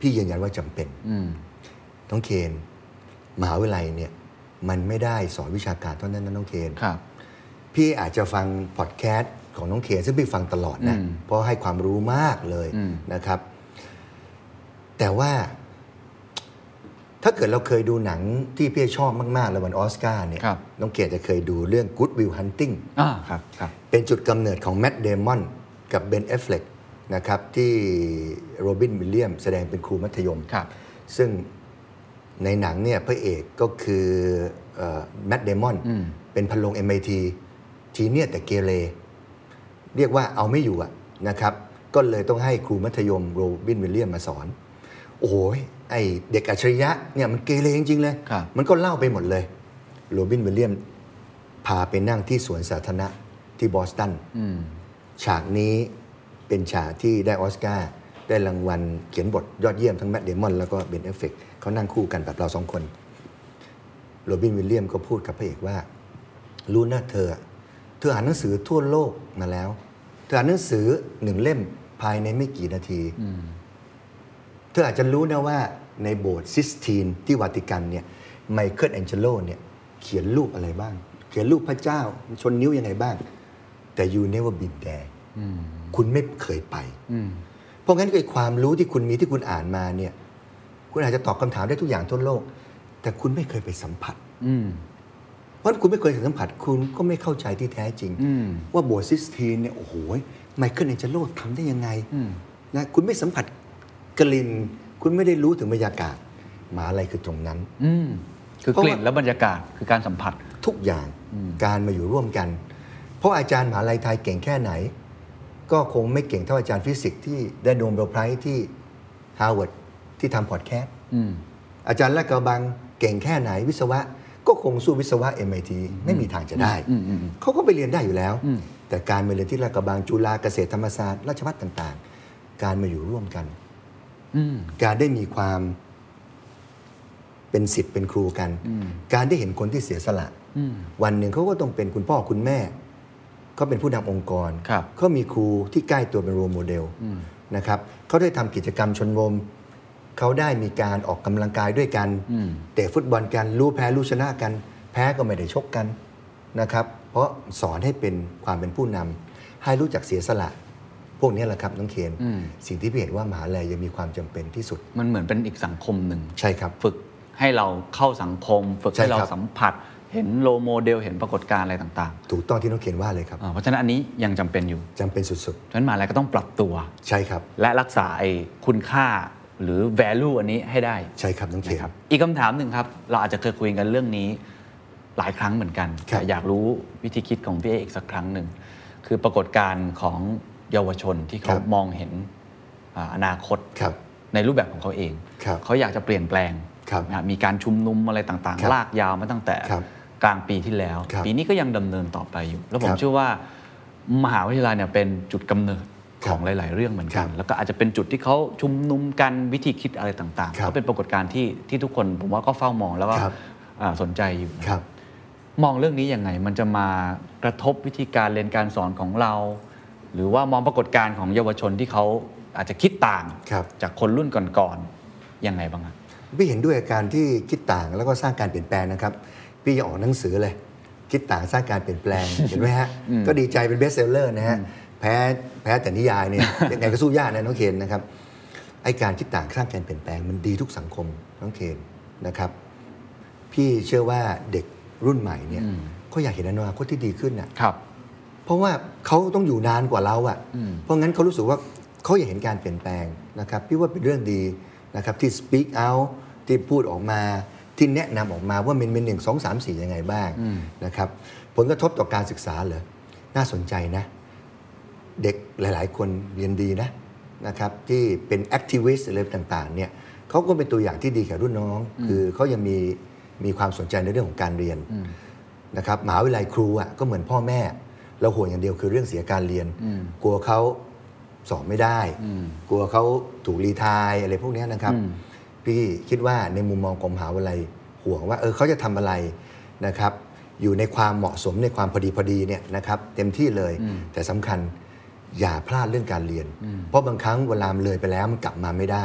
Speaker 5: พี่ยืนยันว่าจำเป็น
Speaker 4: อืม
Speaker 5: น้องเคน มหาวิทยาลัยเนี่ยมันไม่ได้สอนวิชาการเท่านั้นนะน้องเคน
Speaker 4: ครับ
Speaker 5: พี่อาจจะฟังพอดแคสต์ของน้องเคนซึ่งพี่ฟังตลอดนะ
Speaker 4: อืม
Speaker 5: เพราะให้ความรู้มากเลย
Speaker 4: อืม
Speaker 5: นะครับ แต่ว่า ถ้าเกิดเราเคยดูหนังที่พี่ชอบมากๆ แล้ววันออสการ์เนี่ย
Speaker 4: ครับ
Speaker 5: น้องเคนจะเคยดูเรื่อง Good Will Hunting
Speaker 4: อ่าครับ ครับ
Speaker 5: เป็นจุดกำเนิดของแมตต์เดมอนกับเบนแอฟเฟลกนะครับ ที่โรบินวิลเลียมแสดงเป็นครูมัธยม
Speaker 4: ครับ
Speaker 5: ซึ่งในหนังเนี่ยพระเอกก็คือแมตเดมอน
Speaker 4: อืม
Speaker 5: เป็นพันลง MIT ทีเนี่ยแต่เกเรเรียกว่าเอาไม่อยู่อะนะครับ ก็เลยต้องให้ครูมัธยมโรบินวิลเลียมมาสอน โอ้โหไอเด็กอัจฉริยะเนี่ยมันเกเรจริง ๆ เลย
Speaker 4: ครับ
Speaker 5: มันก็เล่าไปหมดเลยโรบินวิลเลียมพาไปนั่งที่สวนสาธารณะที่บอสตัน
Speaker 4: อืม
Speaker 5: ฉากนี้เป็นฉากที่ได้ออสการ์ได้รางวัลเขียนบทยอดเยี่ยมทั้งแมตต์เดมอนแล้วก็เบนเอฟเฟกต์เขานั่งคู่กันแบบเราสองคน โรบินวิลเลียมก็พูดกับพระเอกว่า รู้นะเธอ เธออ่านหนังสือทั่วโลกมาแล้ว เธออ่านหนังสือหนึ่งเล่มภายในไม่กี่นาที
Speaker 4: อืม
Speaker 5: เธออาจจะรู้นะว่าในโบสถ์ซิสตีนที่วาติกันเนี่ยไมเคิลแองเจโลเนี่ยเขียนรูปอะไรบ้าง เขียนรูปพระเจ้าชนนิ้วยังไงบ้าง แต่ยูเนว่าบินแด
Speaker 4: อืม
Speaker 5: คุณไม่เคยไป
Speaker 4: อืม
Speaker 5: เพราะงั้นไอ้ความรู้ที่คุณมีที่คุณอ่านมาเนี่ย คุณอาจจะตอบคำถามได้ทุกอย่างทั่วโลก แต่คุณไม่เคยไปสัมผัส
Speaker 4: อืม
Speaker 5: เพราะคุณไม่เคยสัมผัส คุณก็ไม่เข้าใจที่แท้จริง
Speaker 4: อืม
Speaker 5: ว่าโบสถ์ซิสทีนเนี่ยโอ้โหไมเคิลแองเจโลทำได้ยังไง
Speaker 4: อืม
Speaker 5: นะคุณไม่สัมผัสกลิ่น คุณไม่ได้รู้ถึงบรรยากาศมหาอะไรคือตรงนั้น
Speaker 4: อืม คือ
Speaker 5: เพราะ
Speaker 4: ก
Speaker 5: ว่า
Speaker 4: ลิ่นและบรรยากาศคือการสัมผัส
Speaker 5: ทุกอย่างการมาอยู่ร่วมกัน เพราะอาจารย์มหาลัยไทยเก่งแค่ไหน ก็คงไม่เก่งเท่าอาจารย์ฟิสิกส์ที่ได้โนเบลไพรส์ที่ฮาร์วาร์ดที่ทำพอดแคสต์
Speaker 4: อืม
Speaker 5: อาจารย์ลาดกระบังเก่งแค่ไหนวิศวะ ก็คงสู้วิศวะ MIT ไม่มีทางจะได้
Speaker 4: อืมอืมอืม
Speaker 5: เขาก็ไปเรียนได้อยู่แล้ว
Speaker 4: อืม
Speaker 5: แต่การมาเรียนที่ลาดกระบังจุฬาเกษตรธรรมศาสตร์ราชภัฏต่างๆ การมาอยู่ร่วมกัน
Speaker 4: อืม
Speaker 5: การได้มีความเป็นสิทธิ์เป็นครูกัน
Speaker 4: อืม
Speaker 5: การได้เห็นคนที่เสียสละ
Speaker 4: อืม
Speaker 5: วันหนึ่งเขาก็ต้องเป็นคุณพ่อคุณแม่เขาเป็นผู้นำองค์กร
Speaker 4: ครับ
Speaker 5: เขามีครูที่ใกล้ตัวเป็นโรลโมเดล
Speaker 4: อืม
Speaker 5: นะครับเขาได้ทำกิจกรรมชมรมเขาได้มีการออกกำลังกายด้วยกัน
Speaker 4: อืม
Speaker 5: เตะฟุตบอลกันรู้แพ้รู้ชนะกัน แพ้ก็ไม่ได้ชกกันนะครับ เพราะสอนให้เป็นความเป็นผู้นำให้รู้จักเสียสละ พวกนี้แหละครับน้องเคน
Speaker 4: อืม
Speaker 5: สิ่งที่พี่เห็นว่ามหาลัยยังมีความจำเป็นที่สุด
Speaker 4: มันเหมือนเป็นอีกสังคมหนึ่ง
Speaker 5: ใช่ครับ
Speaker 4: ฝึกให้เราเข้าสังคม ฝึก
Speaker 5: ใช่
Speaker 4: ให้เรา
Speaker 5: ครับ
Speaker 4: สัมผัส เห็นโลโมเดล เห็นปรากฏการณ์อะไรต่าง
Speaker 5: ถูกต้องที่น้องเคนว่าเลยครับ
Speaker 4: ๆอ่าเพราะฉะนั้นอันนี้ยังจำเป็นอยู่
Speaker 5: จำเป็นสุด
Speaker 4: ฉะนั้นมหาอะไรก็ต้องปรับตัว
Speaker 5: ๆ ใช่ครับ
Speaker 4: และรักษาไอ้คุณค่าหรือ value อันนี้ให้ได้
Speaker 5: ใช่ครับน้องเคน
Speaker 4: นะครับอีกคำถามหนึ่งครับ เราอาจจะเคยคุยกันเรื่องนี้หลายครั้งเหมือนกัน
Speaker 5: ครับ
Speaker 4: แต่อยากรู้วิธีคิดของพี่เออีกสักครั้งหนึ่ง คือปรากฏการณ์ของเยาวชนที่เขามองเห็นอ่าอนาคต
Speaker 5: ครับ
Speaker 4: ในรูปแบบของเขาเอง
Speaker 5: ครับ
Speaker 4: เขาอยากจะเปลี่ยนแปลง
Speaker 5: ครับ
Speaker 4: นะฮะมีการชุมนุมอะไรต่าง
Speaker 5: ครับ
Speaker 4: ๆ ลากยาวมาตั้งแต่
Speaker 5: ครับ
Speaker 4: กลางปีที่แล้ว
Speaker 5: ครับ
Speaker 4: ปีนี้ก็ยังดำเนินต่อไปอยู่ แล้วผม
Speaker 5: ครับ
Speaker 4: เชื่อว่ามหาวิทยาลัยเนี่ยเป็นจุดกำเนิดของ
Speaker 5: ครับ
Speaker 4: หลาย ๆ เรื่องเหมือน
Speaker 5: ครั
Speaker 4: กัน
Speaker 5: บ
Speaker 4: แล้วก็อาจจะเป็นจุดที่เขาชุมนุมกันวิธีคิดอะไรต่างๆ
Speaker 5: ครับ
Speaker 4: ก็เป็น ปรากฏการณ์ที่ที่ทุกคนผมว่าก็เฝ้ามองแล้วก็
Speaker 5: ครับ
Speaker 4: อ่าสนใจอยู่นะครับ มองเรื่องนี้ยังไง มันจะมากระทบวิธีการเรียนการสอนของเรา หรือว่ามองปรากฏการณ์ของเยาวชนที่เขา อาจจะคิดต่าง
Speaker 5: ครับ
Speaker 4: จากคนรุ่นก่อนๆยังไงบ้างอะ
Speaker 5: พี่เห็นด้วยกับการที่คิดต่างแล้วก็สร้างการเปลี่ยนแปลงนะครับ พี่ยังออกหนังสือเลย คิดต่างสร้างการเปลี่ยนแปล
Speaker 4: *laughs*
Speaker 5: ง เห็นไหมฮะ ก็ดีใจเป็นเบสเซลเลอร์นะฮะ แพ้แพ้แต่นิยายเนี่ย *laughs* ยังไงก็สู้ยากนะน้องเคนนะครับ ไอการคิดต่างสร้างการเปลี่ยนแปลงมันดีทุกสังคมน้องเคนนะครับ พี่เชื่อว่าเด็กรุ่นใหม่เนี่ย
Speaker 4: อืม
Speaker 5: ก็อยากเห็นอนาคตที่ดีขึ้นน่ะ
Speaker 4: ครับ
Speaker 5: เพราะว่าเขาต้องอยู่นานกว่าเราอะ่ะ
Speaker 4: อืม
Speaker 5: เพราะงั้นเขารู้สึกว่าเขาอยากเห็นการเปลี่ยนแปลงนะครับ พี่ว่าเป็นเรื่องดีนะครับที่ speak out ที่พูดออกมา ที่แนะนำออกมาว่ามันเป็นหนึ่งสองสามสี่ยังไงบ้าง
Speaker 4: อืม
Speaker 5: นะครับผลกระทบต่อการศึกษาเหรอ น่าสนใจนะ เด็กหลาย ๆ คนเรียนดีนะนะครับที่เป็นแอคที i ิสต์อะไรต่างๆเนี่ยเขาก็เป็นตัวอย่างที่ดีแก่รุ่นน้อง คือเขายังมีมีความสนใจในเรื่องของการเรียนนะครับมหาวิทยาลัยครูอ่ะก็เหมือนพ่อแม่ เราห่วงอย่างเดียวคือเรื่องเสียการเรียน กลัวเขาสอบไม่ได้ กลัวเขาถูกรีไทายอะไรพวกเนี้ยนะครับ
Speaker 4: อืม
Speaker 5: พี่คิดว่าในมุมมองของมหาวิทยาลัยห่วงว่าเออเขาจะทำอะไรนะครับ อยู่ในความเหมาะสมในความพอดีพอดีเนี่ยนะครับเต็มที่เลย แต่สำคัญอย่าพลาดเรื่องการเรียน เพราะบางครั้งเวลามันเลยไปแล้วมันกลับมาไม่ได้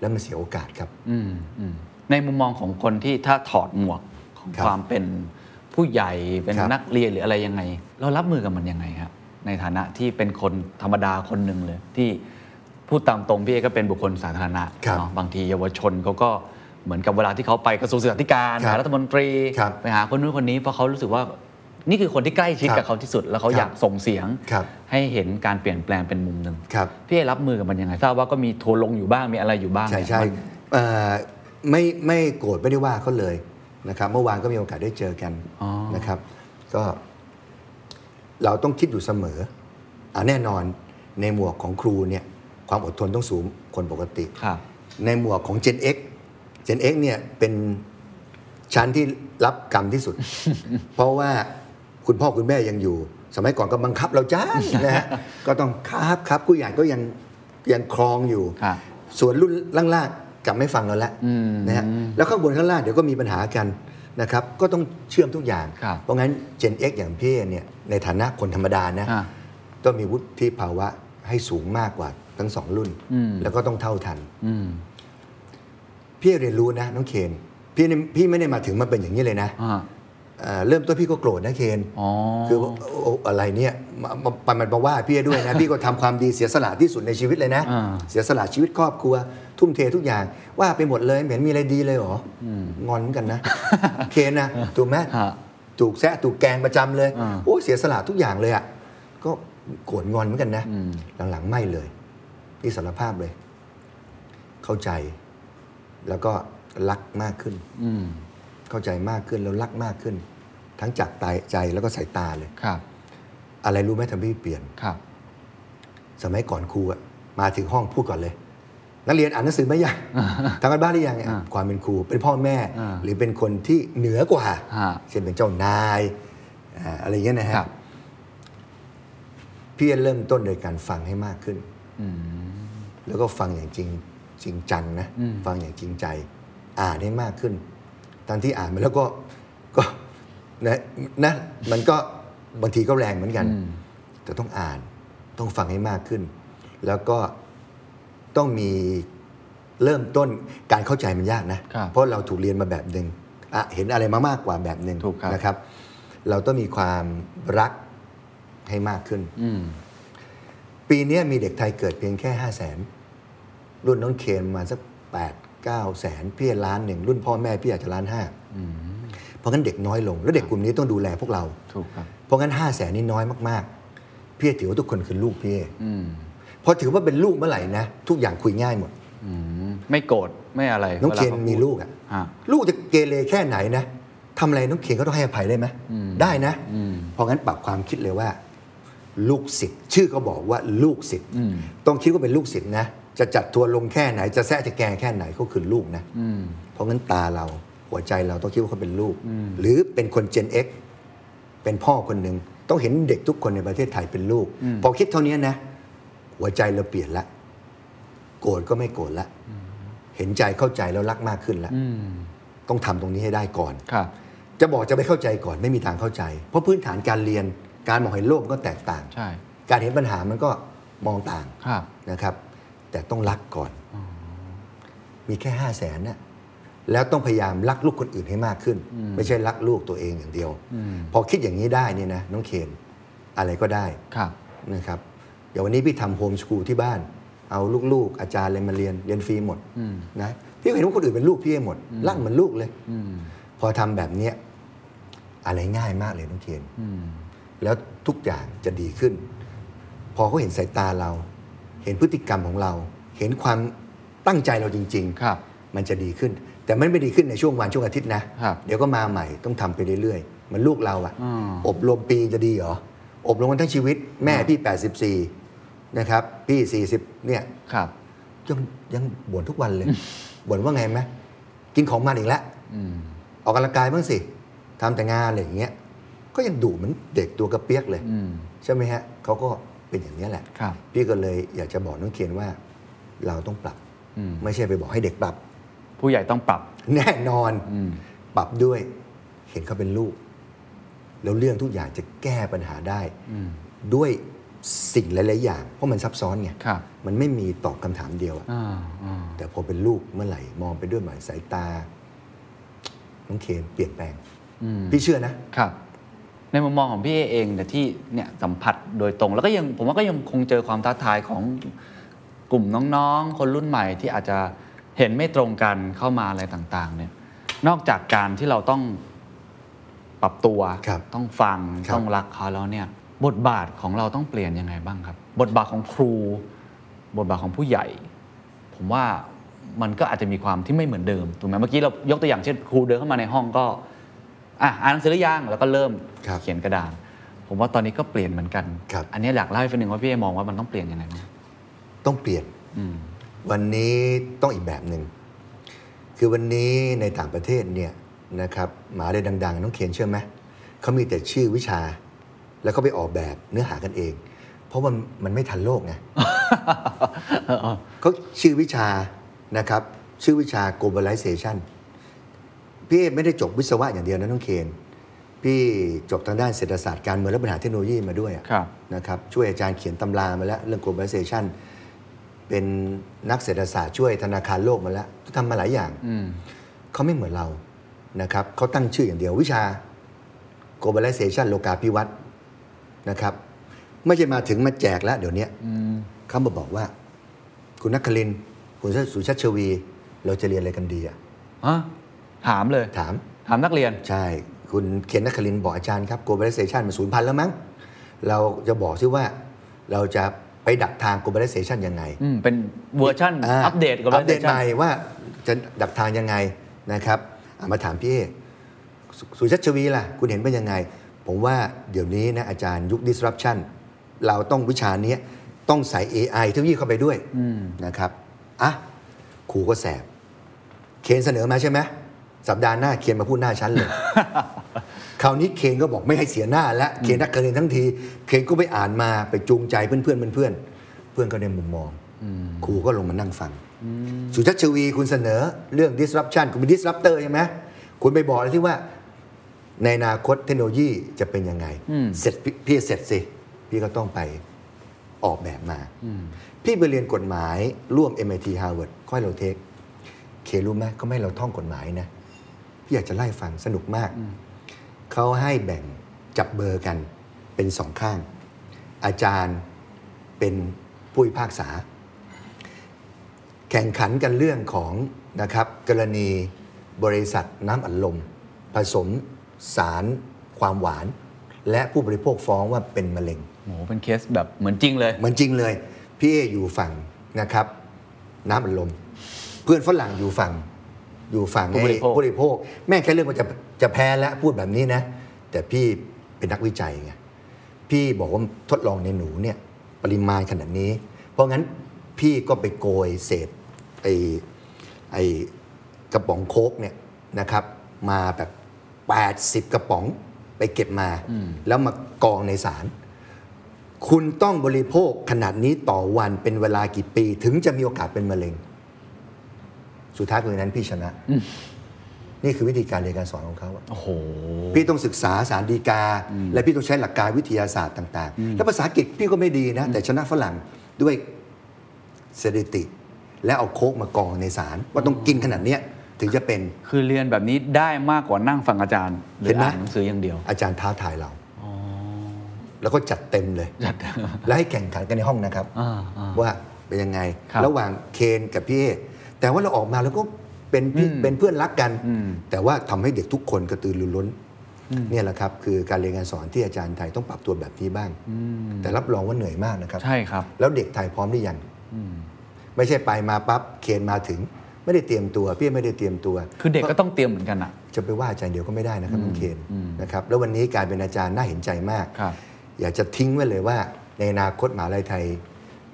Speaker 5: แล้วมันเสียโอกาสครับ
Speaker 4: อืมอืมในมุมมองของคนที่ถ้าถอดหมวกของ
Speaker 5: ครับ
Speaker 4: ความเป็นผู้ใหญ่เป็น
Speaker 5: ครับ
Speaker 4: นักเรียนหรืออะไรยังไง เรารับมือกับมันยังไงครับในฐานะที่เป็นคนธรรมดาคนหนึ่งเลย ที่พูดตามตรงพี่เอก็เป็นบุคคลสาธารณะ
Speaker 5: ครับ
Speaker 4: เนาะบางทีเยาวชนเขาก็เหมือนกับเวลาที่เขาไปกระทรวงศึกษาธิการ
Speaker 5: ครับ
Speaker 4: หารัฐมนตรี
Speaker 5: ครับ
Speaker 4: ไปหาคนนู้นคนนี้เพราะเขารู้สึกว่านี่คือคนที่ใกล้ชิด
Speaker 5: ครับ
Speaker 4: กับเขาที่สุด แล้วเขา
Speaker 5: ครับ
Speaker 4: อยากส่งเสียง
Speaker 5: ครับ
Speaker 4: ให้เห็นการเปลี่ยนแปลงเป็นมุมหนึ่ง
Speaker 5: ครับ
Speaker 4: พี่เอรับมือกับมันยังไงทราบว่าก็มีทัวร์ลงอยู่บ้างมีอะไรอยู่บ้าง
Speaker 5: ใช่ใช่
Speaker 4: มัน
Speaker 5: เอ่อไม่ไม่โกรธไม่ได้ว่าเขาเลยนะครับ เมื่อวานก็มีโอกาสได้เจอกัน
Speaker 4: อ๋อ
Speaker 5: นะครับ ก็ เราต้องคิดอยู่เสมออะแน่นอนในหมวกของครูเนี่ย ความอดทนต้องสูงคนปกติ
Speaker 4: ครับ
Speaker 5: ในหมวกของ Gen X Gen X เนี่ยเป็นชั้นที่รับกรรม
Speaker 4: *laughs*
Speaker 5: ที่สุด เพราะว่าคุณพ่อคุณแม่ยังอยู่ สมัยก่อนก็บังคับเรา *laughs* จ้า นะฮะก็ต้องครับครับผู้ใหญ่ก็ยังยังครองอยู่
Speaker 4: ครับ
Speaker 5: ส่วนรุ่นล่างๆกลับไม่ฟังเราแล้ว
Speaker 4: อืม
Speaker 5: นะฮะแล้วข้างบนข้างล่างเดี๋ยวก็มีปัญหากันนะครับก็ต้องเชื่อมทุกอย่าง
Speaker 4: ครับ
Speaker 5: เพราะงั้น Gen X อย่างพี่เนี่ยในฐานะคนธรรมดานะ
Speaker 4: อ่า
Speaker 5: ต้องมีวุฒิภาวะให้สูงมากกว่าทั้งสองรุ่น แล้วก็ต้องเท่าทัน
Speaker 4: อืม
Speaker 5: พี่เรียนรู้นะน้องเคนพี่นี่พี่ไม่ได้มาถึงมาเป็นอย่างนี้เลยนะ
Speaker 4: อ่า
Speaker 5: เอ่อเริ่มต้นพี่ก็โกรธนะเคน
Speaker 4: อ๋อ
Speaker 5: คือว่าโอโอ้อะไรเนี่ยมามาปันมันมาว่าพี่ด้วย
Speaker 4: *laughs*
Speaker 5: นะ พี่ก็ทำความดีเสียสละที่สุดในชีวิตเลยนะ
Speaker 4: อ่า
Speaker 5: เสียสละชีวิตครอบครัว ทุ่มเททุกอย่าง ว่าไปหมดเลยไม่เห็นมีอะไรดีเลยเหรองอนเหมือน
Speaker 4: *laughs*
Speaker 5: กันนะ เคนนะถูกไหม
Speaker 4: ฮะ
Speaker 5: ถูกแซะถูกแกล้งประจำเลย
Speaker 4: อ่า
Speaker 5: โอ้เสียสละทุกอย่างเลยอ่ะก็โกรธงอนเหมือนกันนะ
Speaker 4: อืม
Speaker 5: หลังๆไม่เลย พี่สารภาพเลย เข้าใจ แล้วก็รักมากขึ้น
Speaker 4: อืม
Speaker 5: เข้าใจมากขึ้นแล้วรักมากขึ้น ทั้งจากตายใจแล้วก็สายตาเลย
Speaker 4: ครับ
Speaker 5: อะไรรู้ไหมทำให้พี่เปลี่ยน
Speaker 4: ครับ
Speaker 5: สมัยก่อนครูอะมาถึงห้องพูดก่อนเลย นักเรียนอ่านหนังสือไหมยังทำกันบ้านหรือยังเนี่ย
Speaker 4: อ่า
Speaker 5: ความเป็นครูเป็นพ่อแม่
Speaker 4: อ่า
Speaker 5: หรือเป็นคนที่เหนือกว่า
Speaker 4: ฮะ
Speaker 5: เช่นเป็นเจ้านายอ่าอะไรอย่างเงี้ยนะฮะ
Speaker 4: ครับ
Speaker 5: พี่เริ่มต้นโดยการฟังให้มากขึ้น
Speaker 4: อืม
Speaker 5: แล้วก็ฟังอย่างจริงจริงจังนะ
Speaker 4: อืม
Speaker 5: ฟังอย่างจริงใจ อ่านให้มากขึ้นตอนที่อ่านไปแล้วก็ก็นะนะมันก็บางทีก็แรงเหมือนกัน แต่ต้องอ่านต้องฟังให้มากขึ้น แล้วก็ต้องมีเริ่มต้นการเข้าใจมันยากนะ
Speaker 4: ครับ
Speaker 5: เพราะเราถูกเรียนมาแบบหนึ่งอ่ะเห็นอะไรมามากกว่าแบบหนึ่ง
Speaker 4: ถูกครับ
Speaker 5: นะครับ เราต้องมีความรักให้มากขึ้น
Speaker 4: อืม
Speaker 5: ปีเนี้ยมีเด็กไทยเกิดเพียงแค่ 5 0 0แสนรุ่นน้องเคนประมาณสัก 8 9 แสนพี่ล้านหนึ่งรุ่นพ่อแม่พี่อาจจะล้านห้า
Speaker 4: อืม
Speaker 5: เพราะงั้นเด็กน้อยลง แล้วเด็กกลุ่มนี้ต้องดูแลพวกเรา
Speaker 4: ถูกครับ
Speaker 5: เพราะงั้น 5 0 0แสนนี่น้อยมากๆ พี่ถือว่าทุกคนคือลูกพี่
Speaker 4: อืม
Speaker 5: พอถือว่าเป็นลูกเมื่อไหร่นะ ทุกอย่างคุยง่ายหมด
Speaker 4: อืม ไม่โกรธ ไม่อะไร
Speaker 5: น้องเคน
Speaker 4: วาขา
Speaker 5: มี
Speaker 4: พูด
Speaker 5: ลูกอ่ะ
Speaker 4: ฮะ
Speaker 5: ลูกจะเกเรแค่ไหนนะทำอะไรน้องเคนก็ต้องให้อภัยได้ไหม
Speaker 4: อืม
Speaker 5: ได้นะ
Speaker 4: อืม
Speaker 5: เพราะงั้นปรับความคิดเลยว่า ลูกศิษย์ชื่อก็บอกว่าลูกศิษย์
Speaker 4: อืม
Speaker 5: ต้องคิดว่าเป็นลูกศิษย์นะ จะจัดทัวร์ลงแค่ไหน จะแซะจะแกงแค่ไหนก็คือลูกนะ
Speaker 4: อืม
Speaker 5: เพราะงั้นตาเราหัวใจเราต้องคิดว่าเขาเป็นลูก หรือเป็นคน Gen X เป็นพ่อคนหนึ่งต้องเห็นเด็กทุกคนในประเทศไทยเป็นลูก พอคิดเท่านี้นะ หัวใจเราเปลี่ยนละ โกรธก็ไม่โกรธละ เห็นใจเข้าใจแล้วรักมากขึ้นละ
Speaker 4: อืม
Speaker 5: ต้องทำตรงนี้ให้ได้ก่อน
Speaker 4: ครับ
Speaker 5: จะบอกจะไม่เข้าใจก่อนไม่มีทางเข้าใจ เพราะพื้นฐานการเรียนการมองเห็นโลกมันก็แตกต่าง
Speaker 4: ใช่
Speaker 5: การเห็นปัญหามันก็มองต่าง
Speaker 4: ครับ
Speaker 5: นะครับ แต่ต้องรักก่อน มีแค่ห้าแสนน่ะแล้วต้องพยายามรักลูกคนอื่นให้มากขึ้น ไม่ใช่รักลูกตัวเองอย่างเดียว พอคิดอย่างนี้ได้เนี่ยนะน้องเคนอะไรก็ได้
Speaker 4: ครับ
Speaker 5: นะครับเดี๋ยววันนี้พี่ทำโฮมสกูลที่บ้าน เอาลูกๆ อาจารย์เลยมาเรียนเรียนฟรีหมด
Speaker 4: อืม
Speaker 5: นะพี่ก็เห็นว่าคนอื่นเป็นลูกพี่หมดรักเหมือนลูกเลย
Speaker 4: อืม
Speaker 5: พอทำแบบเนี้ยอะไรง่ายมากเลยน้องเทียน
Speaker 4: อืม
Speaker 5: แล้วทุกอย่างจะดีขึ้น พอเขาเห็นสายตาเรา เห็นพฤติกรรมของเรา เห็นความตั้งใจเราจริง ๆ
Speaker 4: ครับ
Speaker 5: มันจะดีขึ้น แต่มันไม่ดีขึ้นในช่วงวันช่วงอาทิตย์นะ
Speaker 4: ครับ
Speaker 5: เดี๋ยวก็มาใหม่ต้องทำไปเรื่อยๆ มันลูกเราอะ
Speaker 4: อืม
Speaker 5: อบรมปีจะดีเหรอ อบรมกันทั้งชีวิต แม่พี่ 84 นะครับ พี่ 40 เนี่ย
Speaker 4: ครับ
Speaker 5: ยังยังบ่นทุก
Speaker 4: *laughs*
Speaker 5: วันเลย บ่นว่าไงไหมกินของมันอีกแล้ว
Speaker 4: อืม
Speaker 5: ออกกำลังกายบ้างสิทำแต่งานอะไรอย่างเงี้ยก็ยังดุเหมือนเด็กตัวกระเปียกเลย
Speaker 4: อืม
Speaker 5: ใช่ไหมฮะเขาก็เป็นอย่างเนี้ยแหละ
Speaker 4: ครับ
Speaker 5: พี่ก็เลยอยากจะบอกน้องเขียนว่า เราต้องปรับ
Speaker 4: อืม
Speaker 5: ไม่ใช่ไปบอกให้เด็กปรับ
Speaker 4: ผู้ใหญ่ต้องปรับ
Speaker 5: *laughs* แน่นอน
Speaker 4: อืม
Speaker 5: ปรับด้วยเห็นเขาเป็นลูก แล้วเรื่องทุกอย่างจะแก้ปัญหาได้
Speaker 4: อืม
Speaker 5: ด้วยสิ่งหลาย ๆ อย่าง เพราะมันซับซ้อนไง
Speaker 4: ครับ
Speaker 5: มันไม่มีตอบคำถามเดียวอะ
Speaker 4: อ่าอ่า
Speaker 5: แต่พอเป็นลูกเมื่อไหร่ มองไปด้วยหมายสายตา น้องเคนเปลี่ยนแปลง
Speaker 4: อืม
Speaker 5: พี่เชื่อนะ
Speaker 4: ครับ ในมุมมองของพี่เอเองแต่ยที่เนี่ยสัมผัสโดยตรง แล้วก็ยังผมว่าก็ยังคงเจอความท้าทายของกลุ่มน้องๆ คนรุ่นใหม่ที่อาจจะเห็นไม่ตรงกันเข้ามาอะไรต่างๆ เนี่ย นอกจากการที่เราต้องปรับตัว
Speaker 5: ครับ
Speaker 4: ต้องฟัง
Speaker 5: ครับ
Speaker 4: ต้องรักเขาแล้วเนี่ย บทบาทของเราต้องเปลี่ยนยังไงบ้างครับ บทบาทของครู บทบาทของผู้ใหญ่ ผมว่ามันก็อาจจะมีความที่ไม่เหมือนเดิมถูกไหมเมื่อกี้เรายกตัวอย่างเช่นครูเดินเข้ามาในห้องก็อ่ะอ่านหนังสือหรือยังแล้วก็เริ่ม
Speaker 5: ครับ
Speaker 4: เขียนกระดาน ผมว่าตอนนี้ก็เปลี่ยนเหมือนกัน
Speaker 5: ครับ
Speaker 4: อันนี้อยากเล่าให้ฟังหนึ่งว่าพี่เอมองว่ามันต้องเปลี่ยนยังไงบ้าง
Speaker 5: ต้องเปลี่ยน
Speaker 4: อืม
Speaker 5: วันนี้ต้องอีกแบบหนึ่ง คือวันนี้ในต่างประเทศเนี่ยนะครับหมหาเลยดังๆ น้องเขียนเชื่อไหมเขามีแต่ชื่อวิชา แล้วก็ไปออกแบบเนื้อหากันเอง เพราะมันมันไม่ทันโล
Speaker 4: *laughs*
Speaker 5: กไง เขาชื่อวิชานะครับ ชื่อวิชา globalization พี่เอไม่ได้จบวิศวะอย่างเดียวนะน้องเคน พี่จบทางด้านเศรษฐศาสตร์การเมืองและปัญหาเทคโนโลยีมาด้วยอะ
Speaker 4: ครับ
Speaker 5: นะครับช่วยอาจารย์เขียนตำรามาแล้ว เรื่อง globalization เป็นนักเศรษฐศาสตร์ช่วยธนาคารโลกมาแล้วทำมาหลายอย่าง
Speaker 4: อืม
Speaker 5: เขาไม่เหมือนเรา นะครับ เขาตั้งชื่ออย่างเดียววิชา globalization โลกาภิวัตน์นะครับ ไม่ใช่มาถึงมาแจกแล้ว เดี๋ยวเนี้ยเขามาบอกว่า คุณนักคลินทร์คุณสุชัชวี เราจะเรียนอะไรกันดีอะ
Speaker 4: ฮะถามเลย
Speaker 5: ถาม
Speaker 4: ถามนักเรียน
Speaker 5: ใช่ คุณเคนนักคลินทร์บอกอาจารย์ครับ globalization มันสูญพันธุ์แล้วมั้ง เราจะบอกซิว่า เราจะไปดักทาง globalization ยังไง
Speaker 4: อืม เป็นเวอร์ชัน
Speaker 5: อ่า
Speaker 4: อัปเดตกับเว
Speaker 5: อั
Speaker 4: อ
Speaker 5: ป
Speaker 4: ร์
Speaker 5: เดต
Speaker 4: ชัน
Speaker 5: ใหม่ว่าจะดักทางยังไงนะครับอ่ะมาถามพี่เอสุสุชัชวีล่ะ คุณเห็นเป็นยังไง ผมว่าเดี๋ยวนี้นะอาจารย์ยุค disruption เราต้องวิชาเนี้ยต้องใส่ AI เทคโนโลยีเข้าไปด้วยนะครับอ่ะครูก็แสบ เคนเสนอมาใช่ไหมสัปดาห์หน้าเคนมาพูดหน้าชั้นเลย คราวนี้เคนก็บอกไม่ให้เสียหน้าและเคนนักเรียนทั้งที เคนก็ไปอ่านมาไปจูงใจเพื่อนเพื่อนๆเพื่อนๆเพื่อนก็ในมุมมองครูก็ลงมานั่งฟัง สุชัชวีคุณเสนอเรื่อง disruption คุณเป็น disruptor ใช่ไหมคุณไปบอกเลยที่ว่า ในอนาคตเทคโนโลยีจะเป็นยังไง เสร็จพี่พี่เสร็จสิ พี่ก็ต้องไปออกแบบมา พี่ไปเรียนกฎหมายร่วม MIT Harvard ค่อยเราเทค เครู้ไหมก็ไม่ให้เราท่องกฎหมายนะ พี่อยากจะไล่ฟังสนุกมาก เขาให้แบ่งจับเบอร์กันเป็นสองข้าง อาจารย์เป็นผู้พิพากษา แข่งขันกันเรื่องของนะครับกรณีบริษัทน้ำอัดลม ผสมสารความหวาน และผู้บริโภคฟ้องว่าเป็นมะเร็ง
Speaker 4: โหเป็นเคสแบบเหมือนจริงเลย
Speaker 5: เหมือนจริงเลย พี่เออยู่ฝั่งนะครับ น้ำอัดลม เพื่อนฝรั่งอยู่ฝั่ง อยู่ฝั่ง
Speaker 4: ผู้บริโภค
Speaker 5: ไอ้ผู้บริโภค แม่งแค่เรื่องว่าจะจะแพ้แล้วพูดแบบนี้นะ แต่พี่เป็นนักวิจัยไงพี่บอกว่าทดลองในหนูเนี่ย ปริมาณขนาดนี้ เพราะงั้นพี่ก็ไปโกยเศษไอ้ไอ้กระป๋องโคกเนี่ยนะครับ มาแบบ 80 กระป๋องไปเก็บมา แล้วมากองในสาร คุณต้องบริโภคขนาดนี้ต่อวันเป็นเวลากี่ปี ถึงจะมีโอกาสเป็นมะเร็ง สุดท้ายคนนั้นพี่ชนะ นี่คือวิธีการเรียนการสอนของเขาอะ
Speaker 4: โอ้โห
Speaker 5: พี่ต้องศึกษาสารดีกา และพี่ต้องใช้หลักการวิทยาศาสตร์ต่าง ๆ แล้วภาษาอังกฤษพี่ก็ไม่ดีนะ แต่ชนะฝรั่งด้วย สถิติ และเอาโคกมากองในสารว่าต้องกินขนาดเนี้ยถึงจะเป็น
Speaker 4: คือเรียนแบบนี้ได้มากกว่านั่งฟังอาจารย์ หรื
Speaker 5: เห็
Speaker 4: อน
Speaker 5: ไหม
Speaker 4: อ่านหนังสืออย่างเดียว
Speaker 5: อาจารย์ท้าทายเรา แล้วก็จัดเต็มเลย แล้วให้แข่งขันกันในห้องนะครับ
Speaker 4: อ่าอ่า
Speaker 5: ว่าเป็นยังไง
Speaker 4: ครับ
Speaker 5: ระหว่างเคนกับพี่เอแต่ว่าเราออกมาแล้วก็เป็นพี่
Speaker 4: อืม
Speaker 5: เป็นเพื่อนรักกัน
Speaker 4: อืม
Speaker 5: แต่ว่าทำให้เด็กทุกคนกระตือรือร้น เนี่ยแหละครับ คือการเรียนการสอนที่อาจารย์ไทยต้องปรับตัวแบบนี้บ้าง
Speaker 4: ม
Speaker 5: แต่รับรองว่าเหนื่อยมากนะครับ
Speaker 4: ใช่ครับ
Speaker 5: แล้วเด็กไทยพร้อมหรือยัง ไม่ใช่ไปมาปั๊บเคนมาถึง ไม่ได้เตรียมตัว พี่เอ๊ไม่ได้เตรียมตัว
Speaker 4: คือเด็กก็ต้องเตรียมเหมือนกันอ่ะ
Speaker 5: จะไปว่าอาจารย์เดียวก็ไม่ได้นะครับคุณเคน
Speaker 4: อืม
Speaker 5: นะครับแล้ววันนี้การเป็นอาจารย์น่าเห็นใจมาก
Speaker 4: ครับ
Speaker 5: อยากจะทิ้งไว้เลยว่า ในอนาคตมหาลัยไทย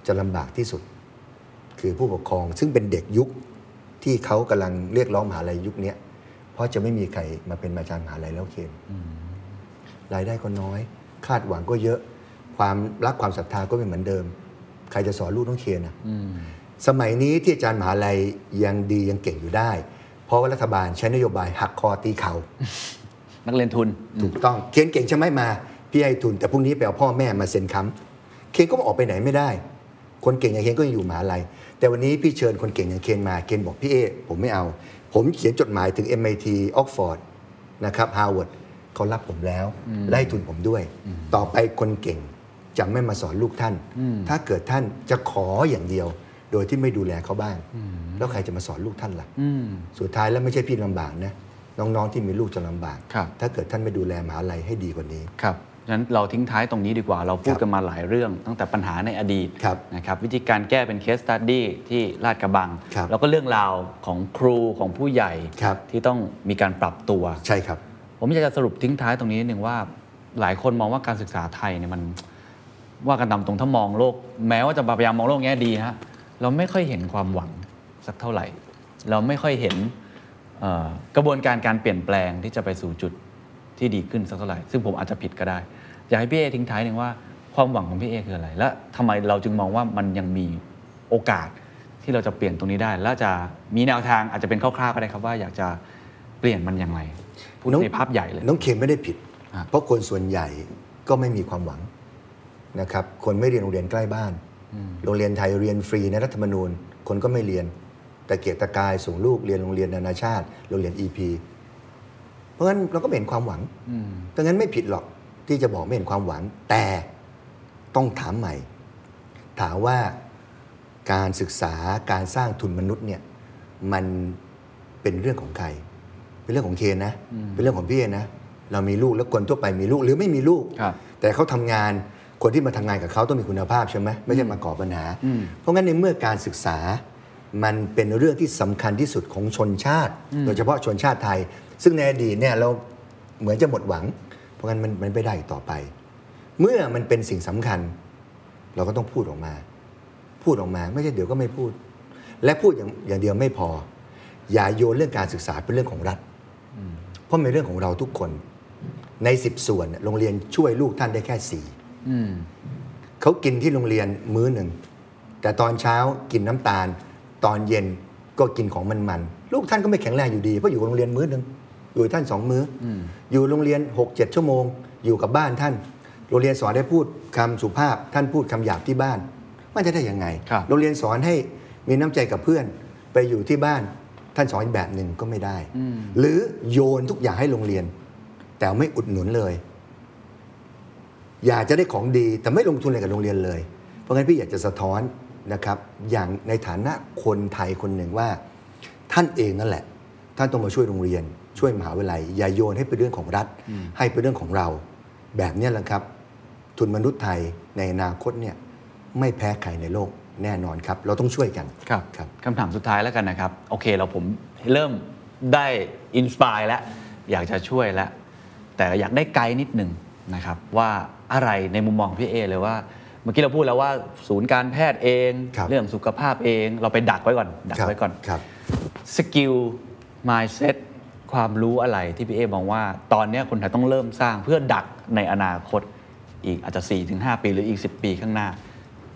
Speaker 5: จะลำบากที่สุด คือผู้ปกครองซึ่งเป็นเด็กยุคที่เขากำลังเรียกร้องมหาลัยยุคเนี้ยเพราะจะไม่มีใครมาเป็นอาจารย์มหาลัยแล้วเคนรายได้ก็น้อย คาดหวังก็เยอะ ความรักความศรัทธาก็ไม่เหมือนเดิม ใครจะสอนลูกน้องเคนนะ สมัยนี้ที่อาจารย์มหาลัยยังดียังเก่งอยู่ได้ เพราะว่ารัฐบาลใช้นโยบายหักคอตีเขา
Speaker 4: นักเรียนทุน
Speaker 5: ถูกต้องเคียนเก่งใช่ไหมมาพี่ให้ทุน แต่พรุ่งนี้ไปเอาพ่อแม่มาเซ็นค้ำเคนก็ออกไปไหนไม่ได้ คนเก่งอย่างเคนก็ยังอยู่มหาลัย แต่วันนี้พี่เชิญคนเก่งอย่างเคนมาเคนบอกพี่เอผมไม่เอา ผมเขียนจดหมายถึง MIT Oxford นะครับฮาร์วาร์ดเขารับผมแล้วไล่ทุนผมด้วย ต่อไปคนเก่งจะไม่มาสอนลูกท่าน ถ้าเกิดท่านจะขออย่างเดียว โดยที่ไม่ดูแลเขาบ้าง แล้วใครจะมาสอนลูกท่านล่ะ
Speaker 4: อืม
Speaker 5: สุดท้ายแล้วไม่ใช่พี่ลำบากนะ น้องๆที่มีลูกจะลำบาก
Speaker 4: ครับ
Speaker 5: ถ้าเกิดท่านไม่ดูแลมหาลัยให้ดีกว่านี้
Speaker 4: ครับฉะนั้นเราทิ้งท้ายตรงนี้ดีกว่า เราพูดกันมาหลายเรื่อง ตั้งแต่ปัญหาในอดีต
Speaker 5: ครับ
Speaker 4: นะครับวิธีการแก้เป็นเคสตัดดี้ที่ลาดกระบัง
Speaker 5: ครับ
Speaker 4: แล้วก็เรื่องราวของครูของผู้ใหญ่
Speaker 5: ครับ
Speaker 4: ที่ต้องมีการปรับตัว
Speaker 5: ใช่ครับ
Speaker 4: ผมอยากจะสรุปทิ้งท้ายตรงนี้นิดนึงว่า หลายคนมองว่าการศึกษาไทยเนี่ยมัน ว่ากันตามตรงถ้ามองโลก แม้ว่าจะพยายามมองโลกแง่ดีฮะเราไม่ค่อยเห็นความหวังสักเท่าไหร่ เราไม่ค่อยเห็นเอ่อกระบวนการการเปลี่ยนแปลงที่จะไปสู่จุดที่ดีขึ้นสักเท่าไหร่ซึ่งผมอาจจะผิดก็ได้ อยากให้พี่เอทิ้งท้ายหนึ่งว่าความหวังของพี่เอคืออะไร และทำไมเราจึงมองว่ามันยังมีโอกาสที่เราจะเปลี่ยนตรงนี้ได้ และจะมีแนวทางอาจจะเป็นคร่าวๆก็ได้ครับว่าอยากจะเปลี่ยนมันอย่างไรพูด
Speaker 5: น้อง
Speaker 4: ในภาพใหญ่เลย
Speaker 5: น้องเคนไม่ได้ผิด
Speaker 4: อ่ะ
Speaker 5: เพราะคนส่วนใหญ่ก็ไม่มีความหวังนะครับ คนไม่เรียนโรงเรียนใกล้บ้าน โรงเรียนไทยเรียนฟรีในรัฐธรรมนูญ คนก็ไม่เรียน แต่เกียรตะกายส่งลูกเรียนโรงเรียนนานาชาติ โรงเรียน EP เพราะฉะนั้นเราก็ไม่เห็นความหวังดังนั้นไม่ผิดหรอกที่จะบอกไม่เห็นความหวัง แต่ต้องถามใหม่ ถามว่าการศึกษาการสร้างทุนมนุษย์เนี่ยมันเป็นเรื่องของใคร เป็นเรื่องของเคนนะ เป็นเรื่องของพี่เอนนะ เรามีลูกแล้วคนทั่วไปมีลูกหรือไม่มีลูก
Speaker 4: ครับ
Speaker 5: แต่เขาทำงานคนที่มาทำงานกับเขาต้องมีคุณภาพใช่ไหมไม่ใช่มาก่อปัญหา
Speaker 4: อืม
Speaker 5: เพราะงั้นในเมื่อการศึกษามันเป็นเรื่องที่สำคัญที่สุดของชนชาติ โดยเฉพาะชนชาติไทย ซึ่งในอดีตเนี่ยเราเหมือนจะหมดหวัง เพราะงั้นมันมันไม่ได้อีกต่อไป เมื่อมันเป็นสิ่งสำคัญ เราก็ต้องพูดออกมา พูดออกมาไม่ใช่เดี๋ยวก็ไม่พูด และพูดอย่างอย่างเดียวไม่พอ อย่าโยนเรื่องการศึกษาเป็นเรื่องของรัฐ เพราะมันเป็นเรื่องของเราทุกคน ใน 10 ส่วนเนี่ยโรงเรียนช่วยลูกท่านได้แค่สี่
Speaker 4: อืม
Speaker 5: เขากินที่โรงเรียนมื้อหนึ่ง แต่ตอนเช้ากินน้ำตาล ตอนเย็นก็กินของมันมันๆลูกท่านก็ไม่แข็งแรงอยู่ดีเพราะอยู่กับโรงเรียนมื้อหนึ่งอยู่กับท่านสองมื้อออยู่โรงเรียน6กเจ็ดชั่วโมง อยู่กับบ้านท่าน โรงเรียนสอนให้พูดคำสุภาพ ท่านพูดคำหยาบที่บ้าน มันจะได้ยังไง
Speaker 4: ครับ
Speaker 5: โรงเรียนสอนให้มีน้ำใจกับเพื่อนไปอยู่ที่บ้านท่านสอนอีกแบบหนึ่งก็ไม่ได้ หรือโยนทุกอย่างให้โรงเรียน แต่ไม่อุดหนุนเลย อยากจะได้ของดีแต่ไม่ลงทุนอะไรกับโรงเรียนเลย เพราะงั้นพี่อยากจะสะท้อนนะครับ อย่างในฐานะคนไทยคนหนึ่งว่า ท่านเองนั่นแหละ ท่านต้องมาช่วยโรงเรียน ช่วยมหาวิทยาลัย อย่าโยนให้เป็นเรื่องของรัฐ ให้เป็นเรื่องของเรา แบบเนี้ยแหละครับ ทุนมนุษย์ไทยในอนาคตเนี่ยไม่แพ้ใครในโลกแน่นอนครับ เราต้องช่วยกัน
Speaker 4: ครับ
Speaker 5: ครับ
Speaker 4: คำถามสุดท้ายแล้วกันนะครับ โอเคเราผมเริ่มได้อินสปายแล้ว อยากจะช่วยแล้ว แต่อยากได้ไกด์นิดหนึ่งนะครับ ว่าอะไรในมุมมองพี่เอเลยว่า เมื่อกี้เราพูดแล้วว่าศูนย์การแพทย์เอง
Speaker 5: ครับ
Speaker 4: เรื่องสุขภาพเอง เราไปดักไว้ก่อน ดัก
Speaker 5: ครับ
Speaker 4: ไว้ก่อน
Speaker 5: ครับ
Speaker 4: สกิล mindset ความรู้อะไรที่พี่เอมองว่า ตอนเนี้ยคนไทยต้องเริ่มสร้างเพื่อดักในอนาคตอีกอาจจะ 4-5 ปีหรืออีก 10 ปีข้างหน้า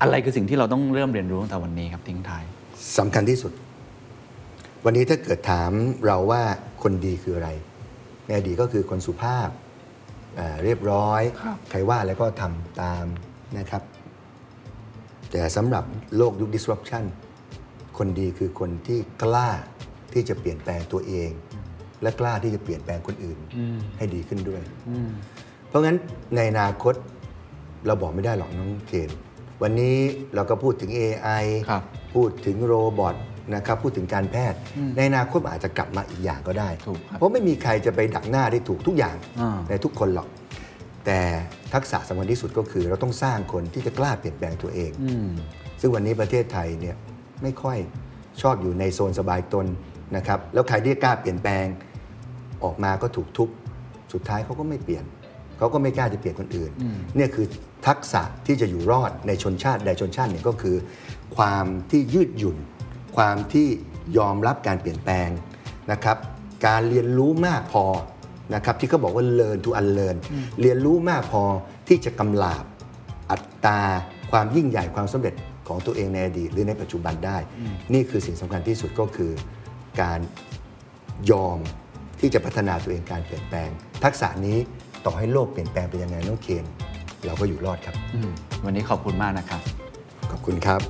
Speaker 4: อะไรคือสิ่งที่เราต้องเริ่มเรียนรู้ตั้งแต่วันนี้ครับทิ้งท้าย
Speaker 5: สำคัญที่สุด วันนี้ถ้าเกิดถามเราว่าคนดีคืออะไรในอดีตก็คือคนสุภาพเอ่อเรียบร้อย
Speaker 4: ครับ
Speaker 5: ใครว่าแล้วก็ทำตามนะครับ แต่สำหรับโลกยุค disruption คนดีคือคนที่กล้าที่จะเปลี่ยนแปลงตัวเอง และกล้าที่จะเปลี่ยนแปลงคนอื่นให้ดีขึ้นด้วย เพราะงั้นในอนาคตเราบอกไม่ได้หรอกน้องเคนวันนี้เราก็พูดถึง AI
Speaker 4: ครับ
Speaker 5: พูดถึงโรบอทนะครับพูดถึงการแพทย์ ในอนาคตอาจจะกลับมาอีกอย่างก็ได้
Speaker 4: ถูกครับ
Speaker 5: เพราะไม่มีใครจะไปดักหน้าได้ถูกทุกอย่าง
Speaker 4: อ่า
Speaker 5: ในทุกคนหรอก แต่ทักษะสำคัญที่สุดก็คือ เราต้องสร้างคนที่จะกล้าเปลี่ยนแปลงตัวเอง
Speaker 4: อืม
Speaker 5: ซึ่งวันนี้ประเทศไทยเนี่ยไม่ค่อยชอบอยู่ในโซนสบายตนนะครับแล้วใครที่กล้าเปลี่ยนแปลงออกมาก็ถูกทุบสุดท้ายเขาก็ไม่เปลี่ยนเขาก็ไม่กล้าจะเปลี่ยนคนอื่นเนี่ยคือทักษะที่จะอยู่รอดในชนชาติใดชนชาติหนึ่งก็คือ ความที่ยืดหยุ่น ความที่ยอมรับการเปลี่ยนแปลงนะครับการเรียนรู้มากพอนะครับที่เขาบอกว่า learn to unlearn เรียนรู้มากพอที่จะกำลาบ อัตราความยิ่งใหญ่ความสำเร็จของตัวเองในอดีตหรือในปัจจุบันได้ นี่คือสิ่งสำคัญที่สุดก็คือการยอมที่จะพัฒนาตัวเองการเปลี่ยนแปลง ทักษะนี้ต่อให้โลกเปลี่ยนแปลงไปยังไงน้องเคนเราก็อยู่รอดครับ
Speaker 4: วันนี้ขอบคุณมากนะครับ
Speaker 5: ขอบคุณครับ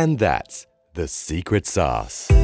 Speaker 1: And that's the secret sauce.